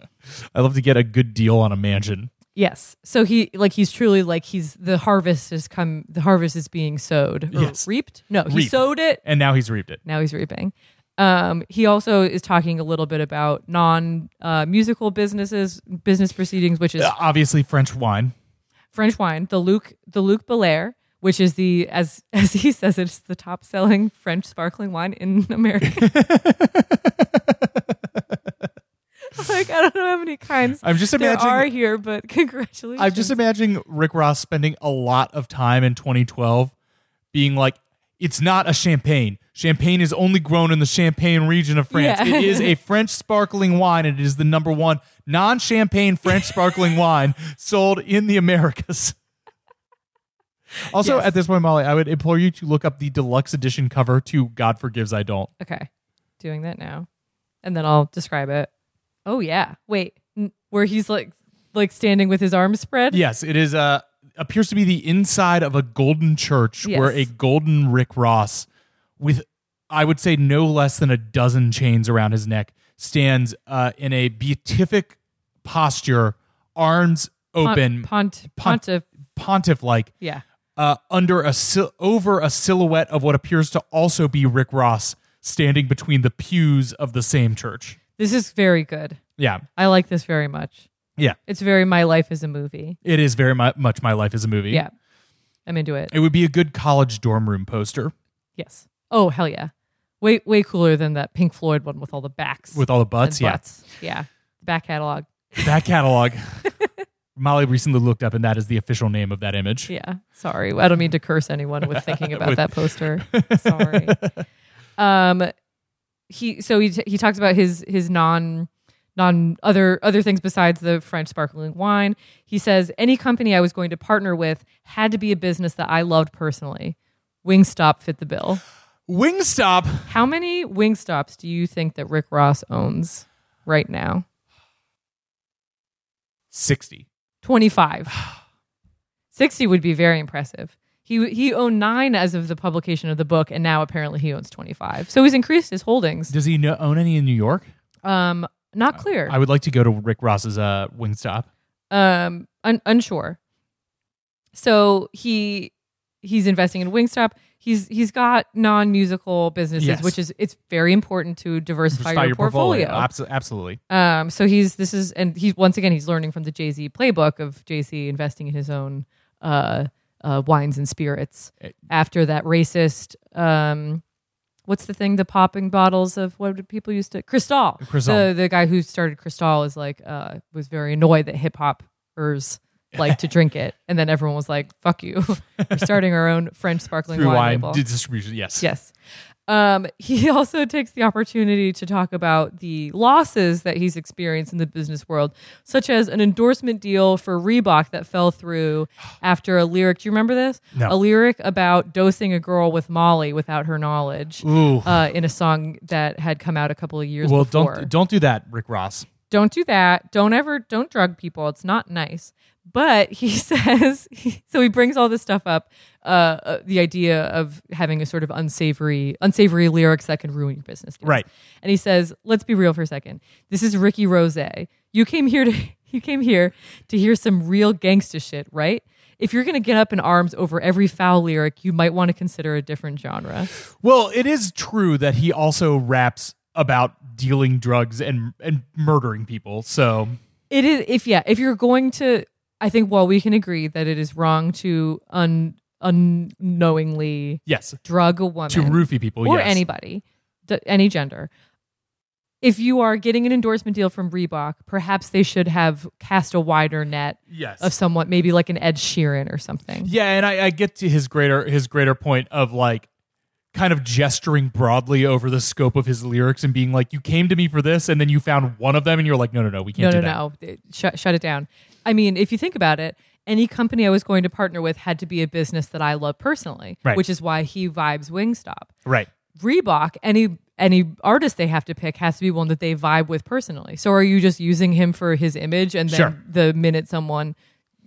I love to get a good deal on a mansion. Yes. So he like he's truly like he's the harvest has come the harvest is being sowed. Or Yes. Reaped? No, he Reaped. sowed it. And now he's reaped it. Now he's reaping. Um, he also is talking a little bit about non uh, musical businesses, business proceedings, which is Uh, Obviously, French wine. French wine, the Luc the Luc Belair, which is the as as he says it's the top selling French sparkling wine in America. like I don't know how many kinds I'm just there imagining- are here, but congratulations. I'm just imagining Rick Ross spending a lot of time in 2012 being like, it's not a champagne. Champagne is only grown in the Champagne region of France. Yeah. It is a French sparkling wine, and it is the number one non champagne French sparkling wine sold in the Americas. Also, Yes. at this point, Molly, I would implore you to look up the deluxe edition cover to God Forgives I Don't. Okay. Doing that now. And then I'll describe it. Oh yeah. Wait. N- Where he's like like standing with his arms spread? Yes, it is. Uh, appears to be the inside of a golden church Yes. where a golden Rick Ross, with I would say no less than a dozen chains around his neck, stands uh, in a beatific posture, arms open, Pont, pon- pontif pontiff like, yeah. uh, under a sil- over a silhouette of what appears to also be Rick Ross standing between the pews of the same church. This is very good. Yeah, I like this very much. yeah, It's very my life is a movie. it is very mu- much my life as a movie. Yeah. I'm into it. It would be a good college dorm room poster. Yes. Oh hell yeah. Way way cooler than that Pink Floyd one with all the backs. with all the butts. and Yeah, butts. Yeah. Back catalog. that catalog. Molly recently looked up, and that is the official name of that image. Yeah. Sorry. I don't mean to curse anyone with thinking about that poster. Sorry. Um he so he he talks about his his non non other other things besides the French sparkling wine. He says any company I was going to partner with had to be a business that I loved personally. Wingstop fit the bill. Wingstop. How many Wingstops do you think that Rick Ross owns right now? 60. 25. 60 would be very impressive. He he owned 9 as of the publication of the book and now apparently he owns 25. So he's increased his holdings. Does he know, own any in New York? Um not clear. I would like to go to Rick Ross's uh, Wingstop. um un- unsure. So he he's investing in Wingstop. He's he's got non-musical businesses Yes. which is it's very important to diversify, Just buy your, portfolio. Abso- absolutely. Um, so he's this is and he's once again he's learning from the Jay Z playbook of Jay Z investing in his own uh, uh, wines and spirits Eh. after that racist. Um, what's the thing? The popping bottles of what did people used to Cristal. Cristal. The the guy who started Cristal is like uh, was very annoyed that hip hopers like to drink it, and then everyone was like, "Fuck you!" We're starting our own French sparkling Through wine, wine label. di- distribution. Yes. Yes. Um, he also takes the opportunity to talk about the losses that he's experienced in the business world, such as an endorsement deal for Reebok that fell through after a lyric. Do you remember this? No. A lyric about dosing a girl with Molly without her knowledge Ooh. uh, in a song that had come out a couple of years well, before don't don't do that, Rick Ross. don't do that. Don't ever, don't drug people. It's not nice. But he says, so he brings all this stuff up, uh, uh, the idea of having a sort of unsavory, unsavory lyrics that can ruin your business. deals. Right. And he says, let's be real for a second. This is Ricky Rose. You came here to, you came here to hear some real gangsta shit, right? If you're going to get up in arms over every foul lyric, you might want to consider a different genre. Well, it is true that he also raps about dealing drugs and and murdering people. So It is if yeah, if you're going to I think while we can agree that it is wrong to un unknowingly yes, drug a woman to roofie people or yes. anybody, d- any gender. If you are getting an endorsement deal from Reebok, perhaps they should have cast a wider net yes of somewhat, maybe like an Ed Sheeran or something. Yeah, and I, I get to his greater his greater point of like kind of gesturing broadly over the scope of his lyrics and being like, "You came to me for this, and then you found one of them, and you're like, no, no, no, we no, can't no, do that." no. It- Shut, shut it down. I mean, if you think about it, any company I was going to partner with had to be a business that I love personally, Right. which is why he vibes Wingstop. Right. Reebok, any any artist they have to pick has to be one that they vibe with personally. So are you just using him for his image and then Sure. the minute someone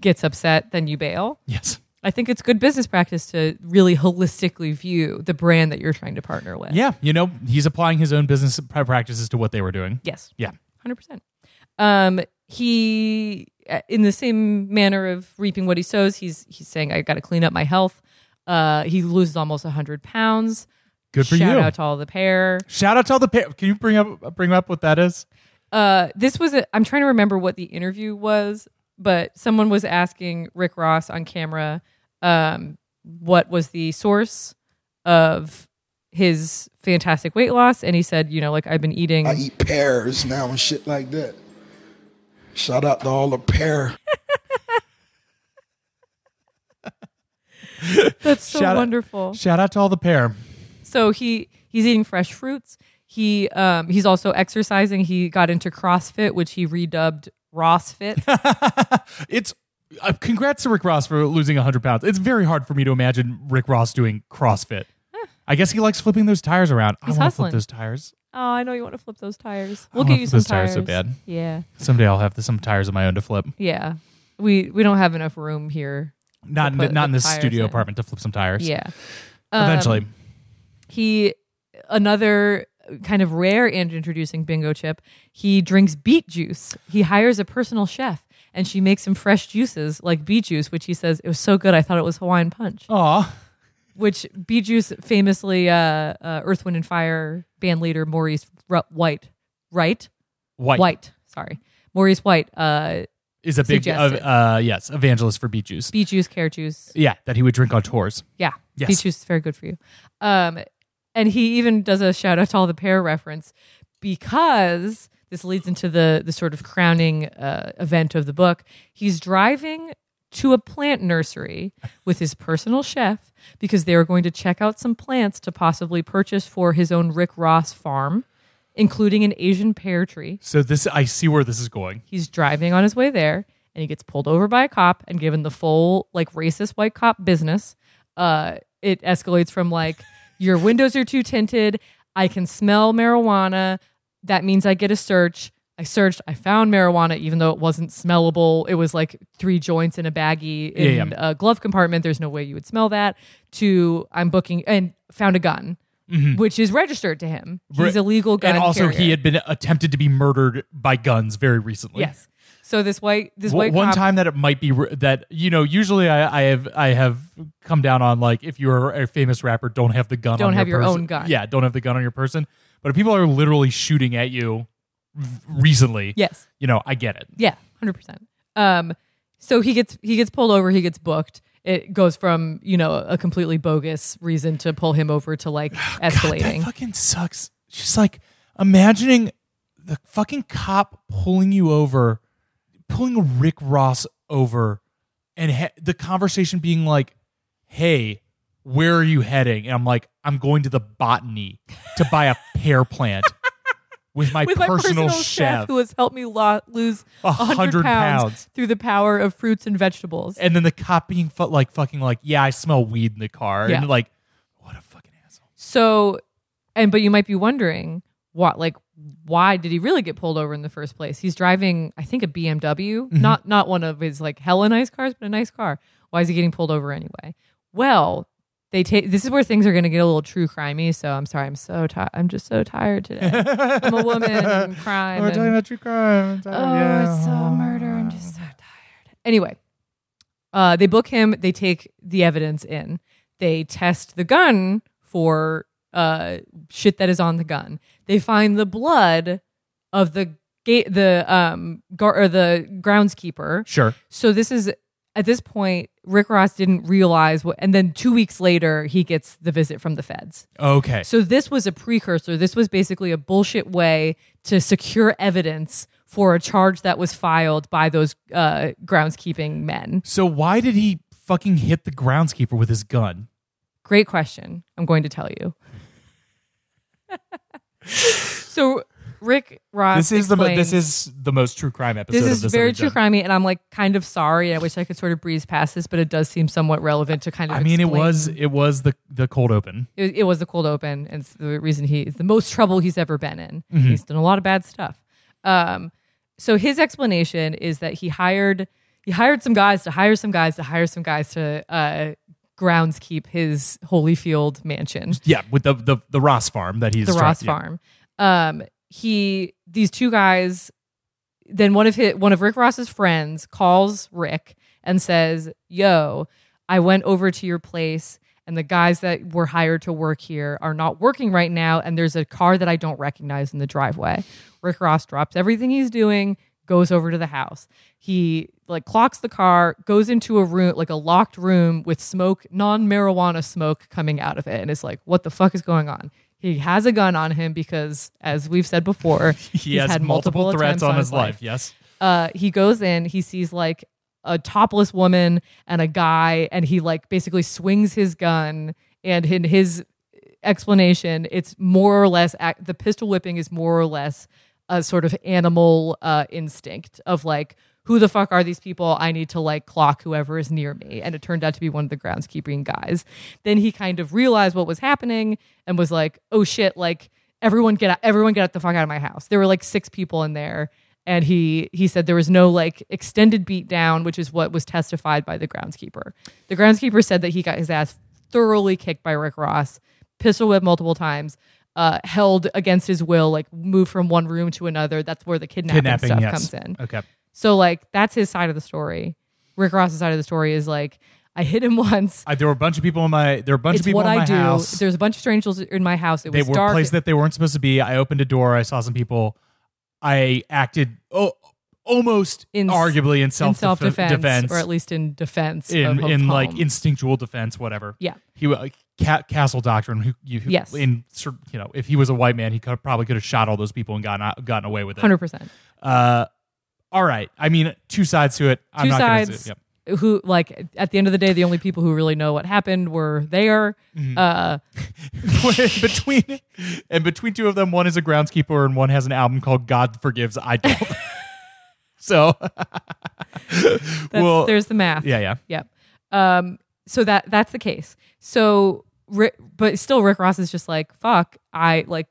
gets upset, then you bail? Yes. I think it's good business practice to really holistically view the brand that you're trying to partner with. Yeah. You know, he's applying his own business pra- practices to what they were doing. Yes. Yeah. hundred percent. Um, he, uh, in the same manner of reaping what he sows, he's he's saying, "I got to clean up my health." Uh, he loses almost hundred pounds. Good for Shout you. out to all the pair. Shout out to all the pa- Can you bring up bring up what that is? Uh, this was a, I'm trying to remember what the interview was, but someone was asking Rick Ross on camera, um, what was the source of his fantastic weight loss, and he said, you know, like I've been eating. I eat pears now and shit like that. Shout out to all the pear. That's so Shout out- wonderful. Shout out to all the pair. So he he's eating fresh fruits. He um he's also exercising. He got into CrossFit, which he redubbed Ross Fit. It's uh, congrats to Rick Ross for losing 100 pounds. It's very hard for me to imagine Rick Ross doing CrossFit. I guess he likes flipping those tires around. He's I want to hustling. flip those tires. oh, I know you want to flip those tires. I We'll wanna get you flip some those tires so bad. Yeah, Someday I'll have some tires of my own to flip. yeah. We we don't have enough room here. Not in, put not in the this tires studio in. apartment to flip some tires. Yeah. um, Eventually. He another kind of rare and introducing bingo chip. He drinks beet juice. He hires a personal chef. And she makes him fresh juices like beet juice, which he says it was so good. I thought it was Hawaiian punch. Aw. which Bee Juice famously, uh, uh, Earth, Wind, and Fire band leader Maurice Ru- White, right? White, White, sorry. Maurice White, uh, is a big, uh, Suggested. uh, yes, evangelist for beet juice. Bee Juice, Carrot Juice. yeah, that he would drink on tours. Yeah. Yes. Bee Juice is very good for you. Um, and he even does a shout out to all the pair reference because this leads into the, the sort of crowning uh, event of the book. He's driving to a plant nursery with his personal chef because they are going to check out some plants to possibly purchase for his own Rick Ross farm, including an Asian pear tree. So this, I see where this is going. He's driving on his way there and he gets pulled over by a cop and given the full like racist white cop business. Uh, it escalates from like your windows are too tinted. I can smell marijuana. That means I get a search. I searched. I found marijuana, even though it wasn't smellable. It was like three joints in a baggie Yeah, in yeah. a glove compartment. There's no way you would smell that. To I'm booking and found a gun, which is registered to him. He's a legal gun. Mm-hmm. And also, he carrier. had been attempted to be murdered by guns very recently. yes. So this white this One- white one cop- time that it might be re- that you know usually I, I have I have come down on like if you're a famous rapper don't have the gun Don't on have your, your person. own gun. yeah don't have the gun on your person but if people are literally shooting at you v- recently Yes. you know I get it Yeah, hundred percent. Um, so he gets he gets pulled over. He gets booked. It goes from you know a completely bogus reason to pull him over to like that escalating. fucking sucks just like imagining the fucking cop pulling you over pulling Rick Ross over and ha- the conversation being like, hey, where are you heading? And I'm like, I'm going to the botany to buy a pear plant with my, With my personal, personal chef. who has helped me lo- lose A hundred hundred pounds, pounds. through the power of fruits and vegetables. and then the cop being fu- like, fucking like, yeah, I smell weed in the car. Yeah. And like, what a fucking asshole. So, and but you might be wondering what like why did he really get pulled over in the first place? He's driving, I think, a BMW, Mm-hmm. not not one of his like hella nice cars, but a nice car. Why is he getting pulled over anyway? Well, they take this is where things are going to get a little true crimey. So I'm sorry, I'm so tired. I'm just so tired today. I'm a woman, and crime. We're talking and- about true crime. Oh, it's so murder. I'm just so tired. Anyway, uh, they book him. They take the evidence in. They test the gun for uh, shit that is on the gun. They find the blood of the gate, the um, gar- or the groundskeeper. Sure. So this is at this point, Rick Ross didn't realize what, and then two weeks later, he gets the visit from the feds. Okay. So this was a precursor. This was basically a bullshit way to secure evidence for a charge that was filed by those uh, groundskeeping men. So why did he fucking hit the groundskeeper with his gun? Great question. I'm going to tell you. so Rick Ross. This is the mo- this explains- is the most true crime episode. this of is this that very we've true done. crimey, and I'm like kind of sorry. I wish I could sort of breeze past this, but it does seem somewhat relevant to kind of. I mean, it explain- was it was the the cold open. it, it was the cold open and it's the reason he is the most trouble he's ever been in he's done a lot of bad stuff um, so his explanation is that he hired he hired some guys to hire some guys to hire some guys to uh, groundskeep his holyfield mansion Yeah, with the the, the Ross farm that he's the trying- Ross yeah. farm. Um, he these two guys. Then one of his one of Rick Ross's friends calls Rick and says, "Yo, I went over to your place." And the guys that were hired to work here are not working right now. And there's a car that I don't recognize in the driveway. Rick Ross drops everything he's doing, goes over to the house. He like clocks the car, goes into a room, like a locked room with smoke, non marijuana smoke coming out of it. And it's like, what the fuck is going on? He has a gun on him because, as we've said before, He has multiple, threats on his life. Yes. Uh, he goes in, he sees like a topless woman and a guy, and he like basically swings his gun. And in his explanation, it's more or less ac- the pistol whipping is more or less a sort of animal uh, instinct of like, who the fuck are these people? I need to like clock whoever is near me. And it turned out to be one of the groundskeeping guys. Then he kind of realized what was happening and was like, oh shit, like everyone get out, everyone get out the fuck out of my house. There were like six people in there. And he he said there was no like extended beat down, which is what was testified by the groundskeeper. The groundskeeper said that he got his ass thoroughly kicked by Rick Ross, pistol whipped multiple times, uh, held against his will, like moved from one room to another. That's where the kidnapping, Kidnapping. stuff yes. comes in. Okay. So like that's his side of the story. Rick Ross's side of the story is like I hit him once. I, there were a bunch of people in my there were a bunch of it's people what in my I do. house. There's a bunch of strangers in my house. It they was were dark. places that they weren't supposed to be. I opened a door. I saw some people. I acted oh, almost In- arguably in in self self defense, defense, or at least in defense in of, of in like home. instinctual defense, whatever. Yeah. he uh, ca- castle doctrine. Who, you, who, Yes. in cer- you know, if he was a white man, he could probably could have shot all those people and gotten out- gotten away with it. hundred percent. Uh, all right. I mean, two sides to it. I'm Two not Gonna, sides. say- yep. Who like at the end of the day, the only people who really know what happened were there. Mm-hmm. Uh, between and between two of them, one is a groundskeeper and one has an album called God Forgives I Don't. so that's, Well, there's the math. yeah, yeah. Yep. Um, so that that's the case. So, Rick, but still, Rick Ross is just like, fuck. I like,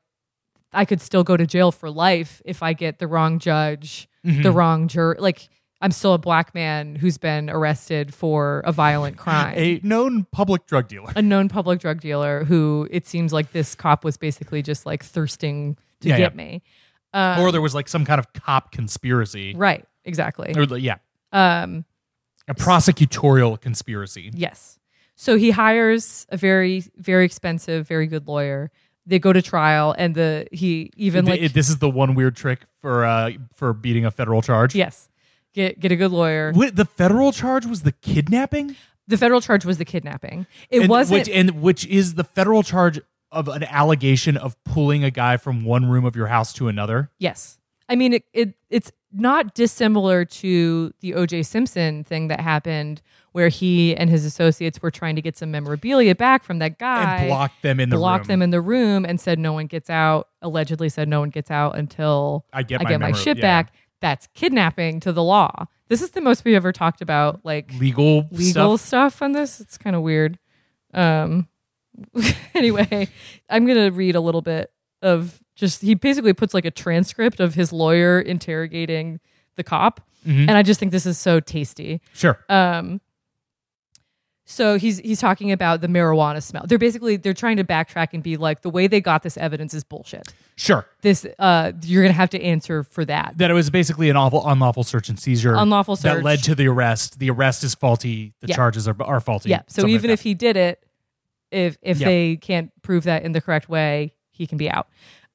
I could still go to jail for life if I get the wrong judge, Mm-hmm. the wrong juror. Like, I'm still a black man who's been arrested for a violent crime. A known public drug dealer. a known public drug dealer who it seems like this cop was basically just like thirsting to Yeah, get yeah. me. Uh, or there was like some kind of cop conspiracy. Right. Exactly. Or, like, yeah. Um a prosecutorial conspiracy. Yes. So he hires a very, very expensive, very good lawyer. They go to trial, and the he even Th- like it- this is the one weird trick for uh for beating a federal charge. yes, get get a good lawyer. Wait, the federal charge was the kidnapping? The federal charge was the kidnapping. It And wasn't. which, and which is the federal charge of an allegation of pulling a guy from one room of your house to another. yes, I mean it, it. It's not dissimilar to the O.J. Simpson thing that happened, where he and his associates were trying to get some memorabilia back from that guy and blocked them in the blocked room. them in the room and said no one gets out. Allegedly said no one gets out until I get my memor- shit yeah. back. That's kidnapping to the law. This is the most we've ever talked about like legal legal stuff. stuff, on this. It's kind of weird. Um, anyway, I'm gonna read a little bit of just he basically puts like a transcript of his lawyer interrogating the cop, Mm-hmm. and I just think this is so tasty. Sure. Um, so he's he's talking about the marijuana smell. They're basically they're trying to backtrack and be like the way they got this evidence is bullshit. sure. This uh, you're gonna have to answer for that. That it was basically an awful unlawful search and seizure. Unlawful search. that led to the arrest. The arrest is faulty. The Yeah. charges are, are faulty. yeah. So Something even like if he did it, if if Yeah. they can't prove that in the correct way, he can be out.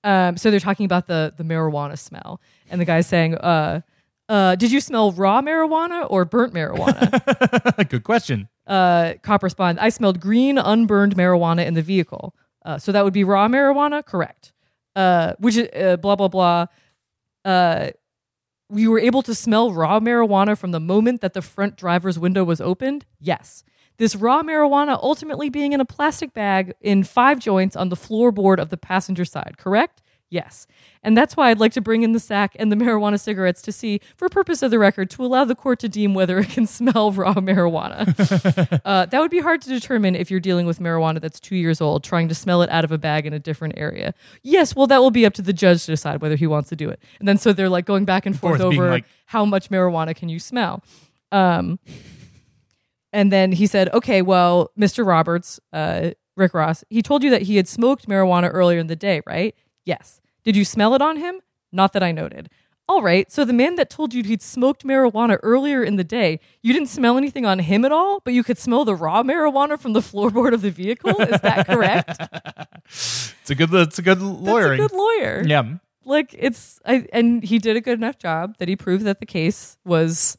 Um, so they're talking about the the marijuana smell, and the guy's saying, uh, uh, "Did you smell raw marijuana or burnt marijuana?" Good question. uh, cop responds, I smelled green, unburned marijuana in the vehicle. Uh, so that would be raw marijuana? Correct. Uh, which is uh, blah, blah, blah. Uh, we were able to smell raw marijuana from the moment that the front driver's window was opened? Yes. This raw marijuana ultimately being in a plastic bag in five joints on the floorboard of the passenger side, correct? Yes. And that's why I'd like to bring in the sack and the marijuana cigarettes to see, for purpose of the record, to allow the court to deem whether it can smell raw marijuana. Uh, that would be hard to determine if you're dealing with marijuana that's two years old, trying to smell it out of a bag in a different area. Yes, well, that will be up to the judge to decide whether he wants to do it. And then so they're like going back and forth, forth, being over like- how much marijuana can you smell. Um, and then he said, okay, well, Mr. Roberts, uh, Rick Ross, he told you that he had smoked marijuana earlier in the day, right? Yes. Did you smell it on him? Not that I noted. All right, so the man that told you he'd smoked marijuana earlier in the day, you didn't smell anything on him at all, but you could smell the raw marijuana from the floorboard of the vehicle. Is that correct? It's a good. It's a good lawyering. That's a good lawyer. yeah. Like it's I and he did a good enough job that he proved that the case was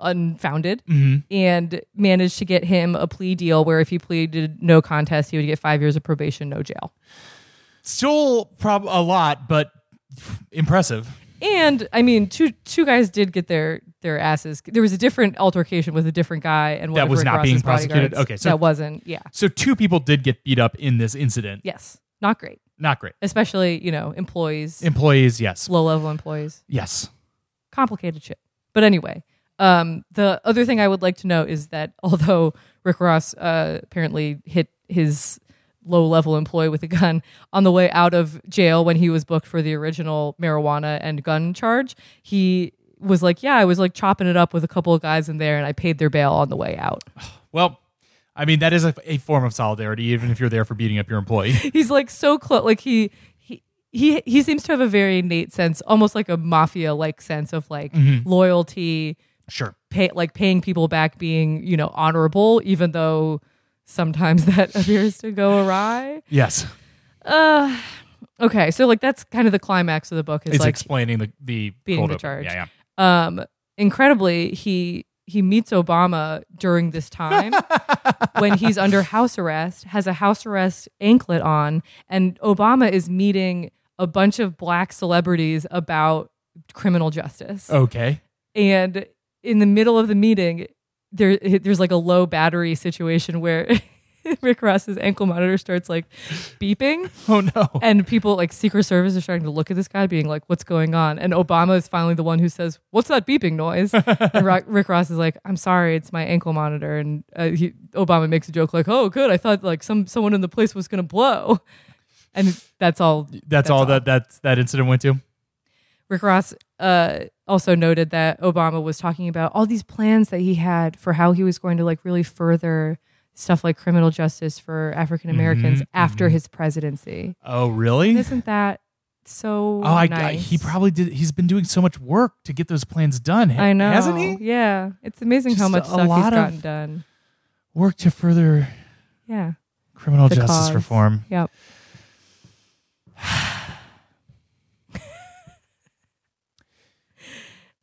unfounded Mm-hmm. and managed to get him a plea deal where if he pleaded no contest, he would get five years of probation, no jail. Still, prob a lot, but impressive. And I mean, two two guys did get their their asses. There was a different altercation with a different guy, and one That of was Rick not Ross's being prosecuted? bodyguards. Okay, so- that wasn't. Yeah, So two people did get beat up in this incident. yes, not great. Not great. Especially you know employees, Employees, yes, low level employees, yes. complicated shit. But anyway, um, the other thing I would like to note is that although Rick Ross uh, apparently hit his low level employee with a gun on the way out of jail when he was booked for the original marijuana and gun charge, he was like, Yeah, I was like chopping it up with a couple of guys in there and I paid their bail on the way out. Well, I mean that is a, a form of solidarity, even if you're there for beating up your employee. He's like so close. Like he. he he, he seems to have a very innate sense, almost like a mafia like sense of like loyalty, sure. pay, like paying people back being you know honorable even though sometimes that appears to go awry Yes. uh okay so like that's kind of the climax of the book is It's like explaining the the being cold the open. charge. Yeah, yeah. um incredibly he he meets obama during this time when he's under house arrest has a house arrest anklet on and obama is meeting a bunch of black celebrities about criminal justice Okay. and in the middle of the meeting there there's like a low battery situation where Rick Ross's ankle monitor starts like beeping Oh no. and people like secret service are starting to look at this guy being like what's going on and Obama is finally the one who says what's that beeping noise and Ro- Rick Ross is like I'm sorry it's my ankle monitor and uh, he, Obama makes a joke like oh good I thought like some someone in the place was going to blow and that's all that's, all, that that's that incident went to. Rick Ross uh, also noted that Obama was talking about all these plans that he had for how he was going to like really further stuff like criminal justice for African Americans Mm-hmm, after his presidency. Oh really? Isn't that so? oh, I, nice? I- he probably did. He's been doing so much work to get those plans done. ha- I know, hasn't he? Yeah, it's amazing how Just much a stuff he's lot of- gotten done. Work to further Yeah, criminal The justice cause. reform. yep.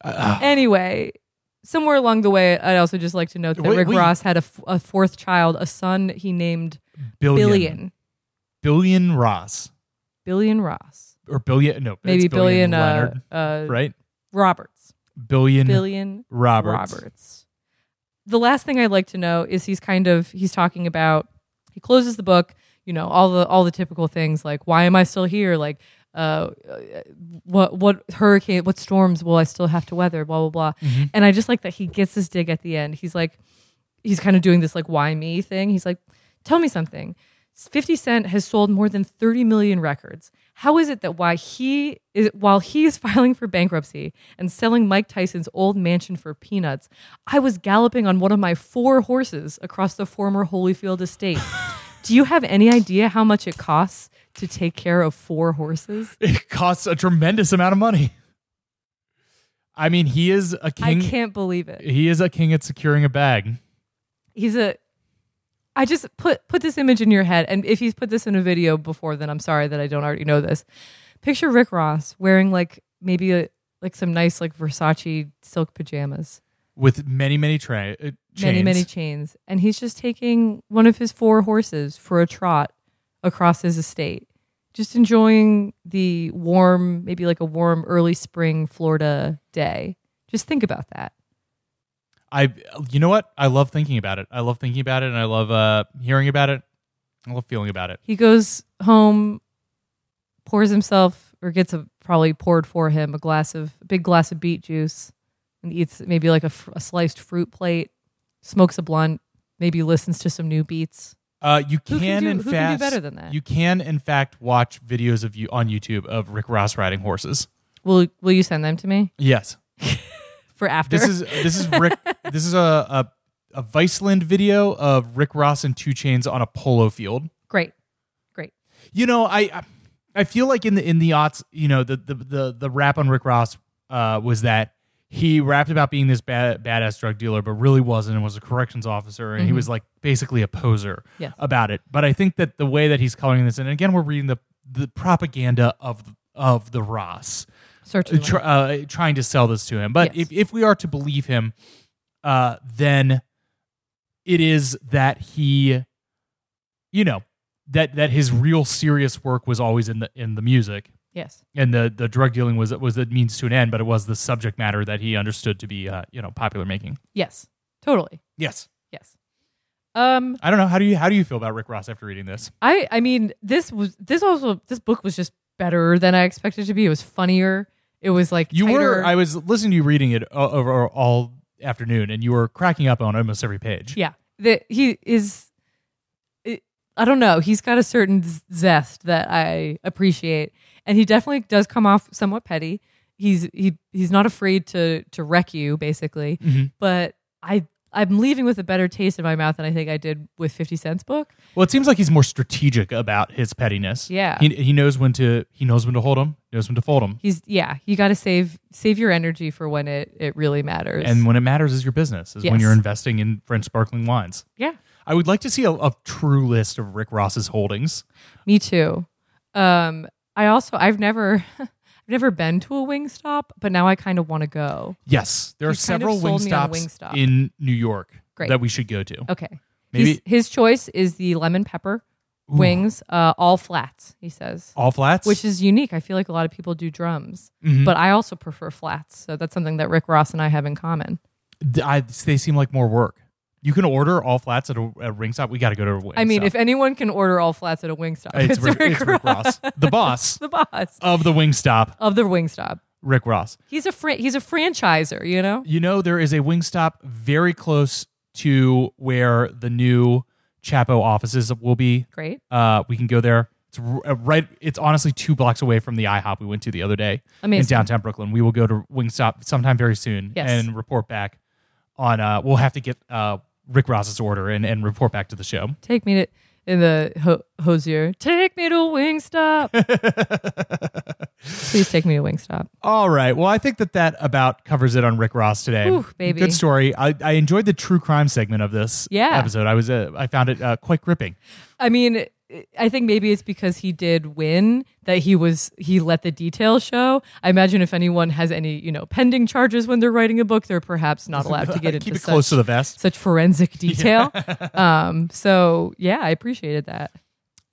Uh, anyway, somewhere along the way, I'd also just like to note that Wait, Rick wait. Ross had a, f- a fourth child, a son he named Billion. Billion. Billion Ross Billion Ross. or billion? No, Maybe it's Billion, billion, Leonard, uh, uh, right? Roberts. Billion, Billion Roberts. Roberts. The last thing I'd like to know is he's kind of he's talking about he closes the book, you know, all the all the typical things like why am I still here? Like uh what what hurricane what storms will I still have to weather, blah blah blah. Mm-hmm. And I just like that he gets this dig at the end. He's like he's kind of doing this like why me thing. He's like, tell me something. 50 Cent has sold more than 30 million records. How is it that why he is while he is filing for bankruptcy and selling Mike Tyson's old mansion for peanuts, I was galloping on one of my four horses across the former Holyfield estate. Do you have any idea how much it costs to take care of four horses? It costs a tremendous amount of money. I mean, he is a I king. can't believe it. He is a king at securing a bag. he's a I just put put this image in your head and if he's put this in a video before then I'm sorry that I don't already know this. Picture Rick Ross wearing like maybe a, like some nice like Versace silk pajamas, with many many tra- uh, chains. many many chains, and he's just taking one of his four horses for a trot across his estate, just enjoying the warm, maybe like a warm early spring Florida day. Just think about that. I you know what? I love thinking about it. I love thinking about it, and I love uh, hearing about it. I love feeling about it. He goes home, pours himself or gets a probably poured for him a glass of a big glass of beet juice, and eats maybe like a, fr- a sliced fruit plate, smokes a blunt, maybe listens to some new beats. Uh, you Who can, can do- in who fact can do better than that? You can in fact watch videos of you on YouTube of Rick Ross riding horses. Will Will you send them to me Yes, for after? this is this is Rick. this is a, a a Viceland video of Rick Ross and Two Chains on a polo field. great, great. You know, I I- I feel like in the in the aughts, you know, the the the, the rap on Rick Ross uh, was that he rapped about being this bad, badass drug dealer, but really wasn't, and was a corrections officer, and he was like basically a poser Yes. about it. But I think that the way that he's coloring this, and again, we're reading the the propaganda of of the Ross Certainly. tr- uh, trying to sell this to him. But Yes. if, if we are to believe him, uh, then it is that he, you know, that that his real serious work was always in the in the music, yes. and the the drug dealing was was the means to an end, but it was the subject matter that he understood to be, uh, you know, popular making. Yes. Totally. Yes, Yes. Um. I don't know how do you how do you feel about Rick Ross after reading this? I I mean this was this also this book was just better than I expected it to be. It was funnier. It was like You were tighter. I was listening to you reading it o- over all afternoon, and you were cracking up on almost every page. Yeah, that he is. it- I don't know. He's got a certain z- zest that I appreciate, and he definitely does come off somewhat petty. He's he he's not afraid to to wreck you, basically. But I I'm leaving with a better taste in my mouth than I think I did with Fifty Cent's book. Well, it seems like he's more strategic about his pettiness. Yeah. he, he knows when to he knows when to hold him, knows when to fold him, He's yeah. You got to save save your energy for when it it really matters. and when it matters is your business, is when Yes. you're investing in French sparkling wines. yeah, I would like to see a, a true list of Rick Ross's holdings. me too. Um, I also I've never. I've never been to a Wingstop, but now I kind of want to go. Yes, there are He's kind several of wing sold me on stops Wingstop. in New York Great. that we should go to. Okay. Maybe- He's- his choice is the lemon pepper wings, uh, all flats, he says, All flats, which is unique. I feel like a lot of people do drums, but I also prefer flats. So that's something that Rick Ross and I have in common. I, they seem like more work. You can order all flats at a, a ring stop. We got to go to a wing I mean, stop. if anyone can order all flats at a Wingstop, it's, Rick, it's Rick Ross, Ross, the boss the boss of the wing stop, of the Wingstop. Rick Ross. He's a fran- he's a franchiser, you know. You know, there is a Wingstop very close to where the new Chapo offices will be. Great. Uh, we can go there. It's r- uh, right. It's honestly two blocks away from the IHOP we went to the other day in Amazing. downtown Brooklyn. We will go to Wingstop sometime very soon Yes. and report back on. Uh, we'll have to get uh, Rick Ross's order and, and report back to the show. Take me to in the ho- hosier. Take me to Wingstop. Please take me to Wingstop. All right. Well, I think that that about covers it on Rick Ross today. Whew, baby. Good story. I, I enjoyed the true crime segment of this Yeah. episode. I was uh, I found it uh, quite gripping. I mean, I think maybe it's because he did win that he was he let the details show. I imagine if anyone has any you know pending charges when they're writing a book, they're perhaps not allowed to get into Uh, Keep it such, close to the vest. such forensic detail. um, so yeah, I appreciated that.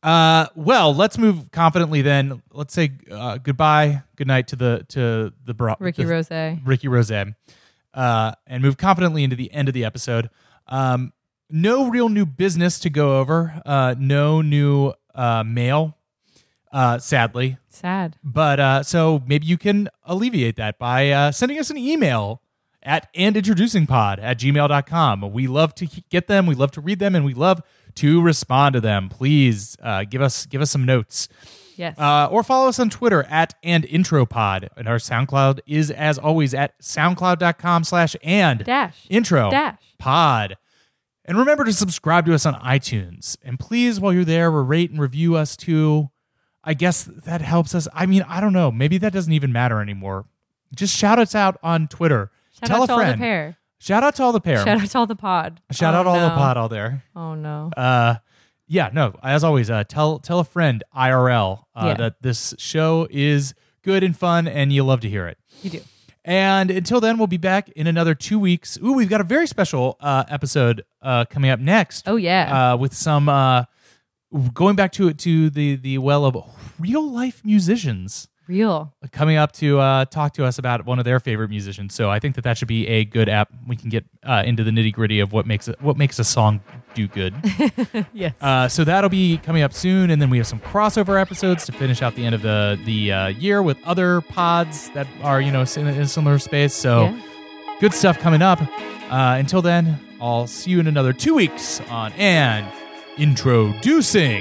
Uh, well, let's move confidently then. Let's say uh, goodbye, good night to the to the bro- Ricky the- Rose. Ricky Rose, uh, and move confidently into the end of the episode. Um, no real new business to go over. Uh, no new uh, mail, uh, sadly. Sad. But uh, so maybe you can alleviate that by uh, sending us an email at and introducing pod at gmail.com. We love to he- get them, we love to read them, and we love to respond to them. Please uh, give us give us some notes. Yes. Uh, or follow us on Twitter at and intro pod. And our SoundCloud is as always at soundcloud.com slash and Dash. intro Dash. pod. And remember to subscribe to us on iTunes. And please, while you're there, rate and review us too. I guess that helps us. I mean, I don't know. Maybe that doesn't even matter anymore. Just shout us out on Twitter. Shout Tell out a to all the friend. pair. Shout out to all the pair. Shout out to all the pod. Shout Oh, out all the no. pod all there. Oh no. Uh, yeah, no. As always, uh, tell tell a friend IRL uh, Yeah. that this show is good and fun, and you love to hear it. You do. And until then, we'll be back in another two weeks. Ooh, we've got a very special uh, episode uh, coming up next. Oh, yeah. uh, with some uh, going back to to the the well of real life musicians Real. coming up to uh, talk to us about one of their favorite musicians. So I think that that should be a good app. We can get uh, into the nitty gritty of what makes a, what makes a song do good. Yes. Uh, so that'll be coming up soon, and then we have some crossover episodes to finish out the end of the the uh, year with other pods that are you know in a in a similar space. So Yeah. good stuff coming up. Uh, until then, I'll see you in another two weeks on and introducing.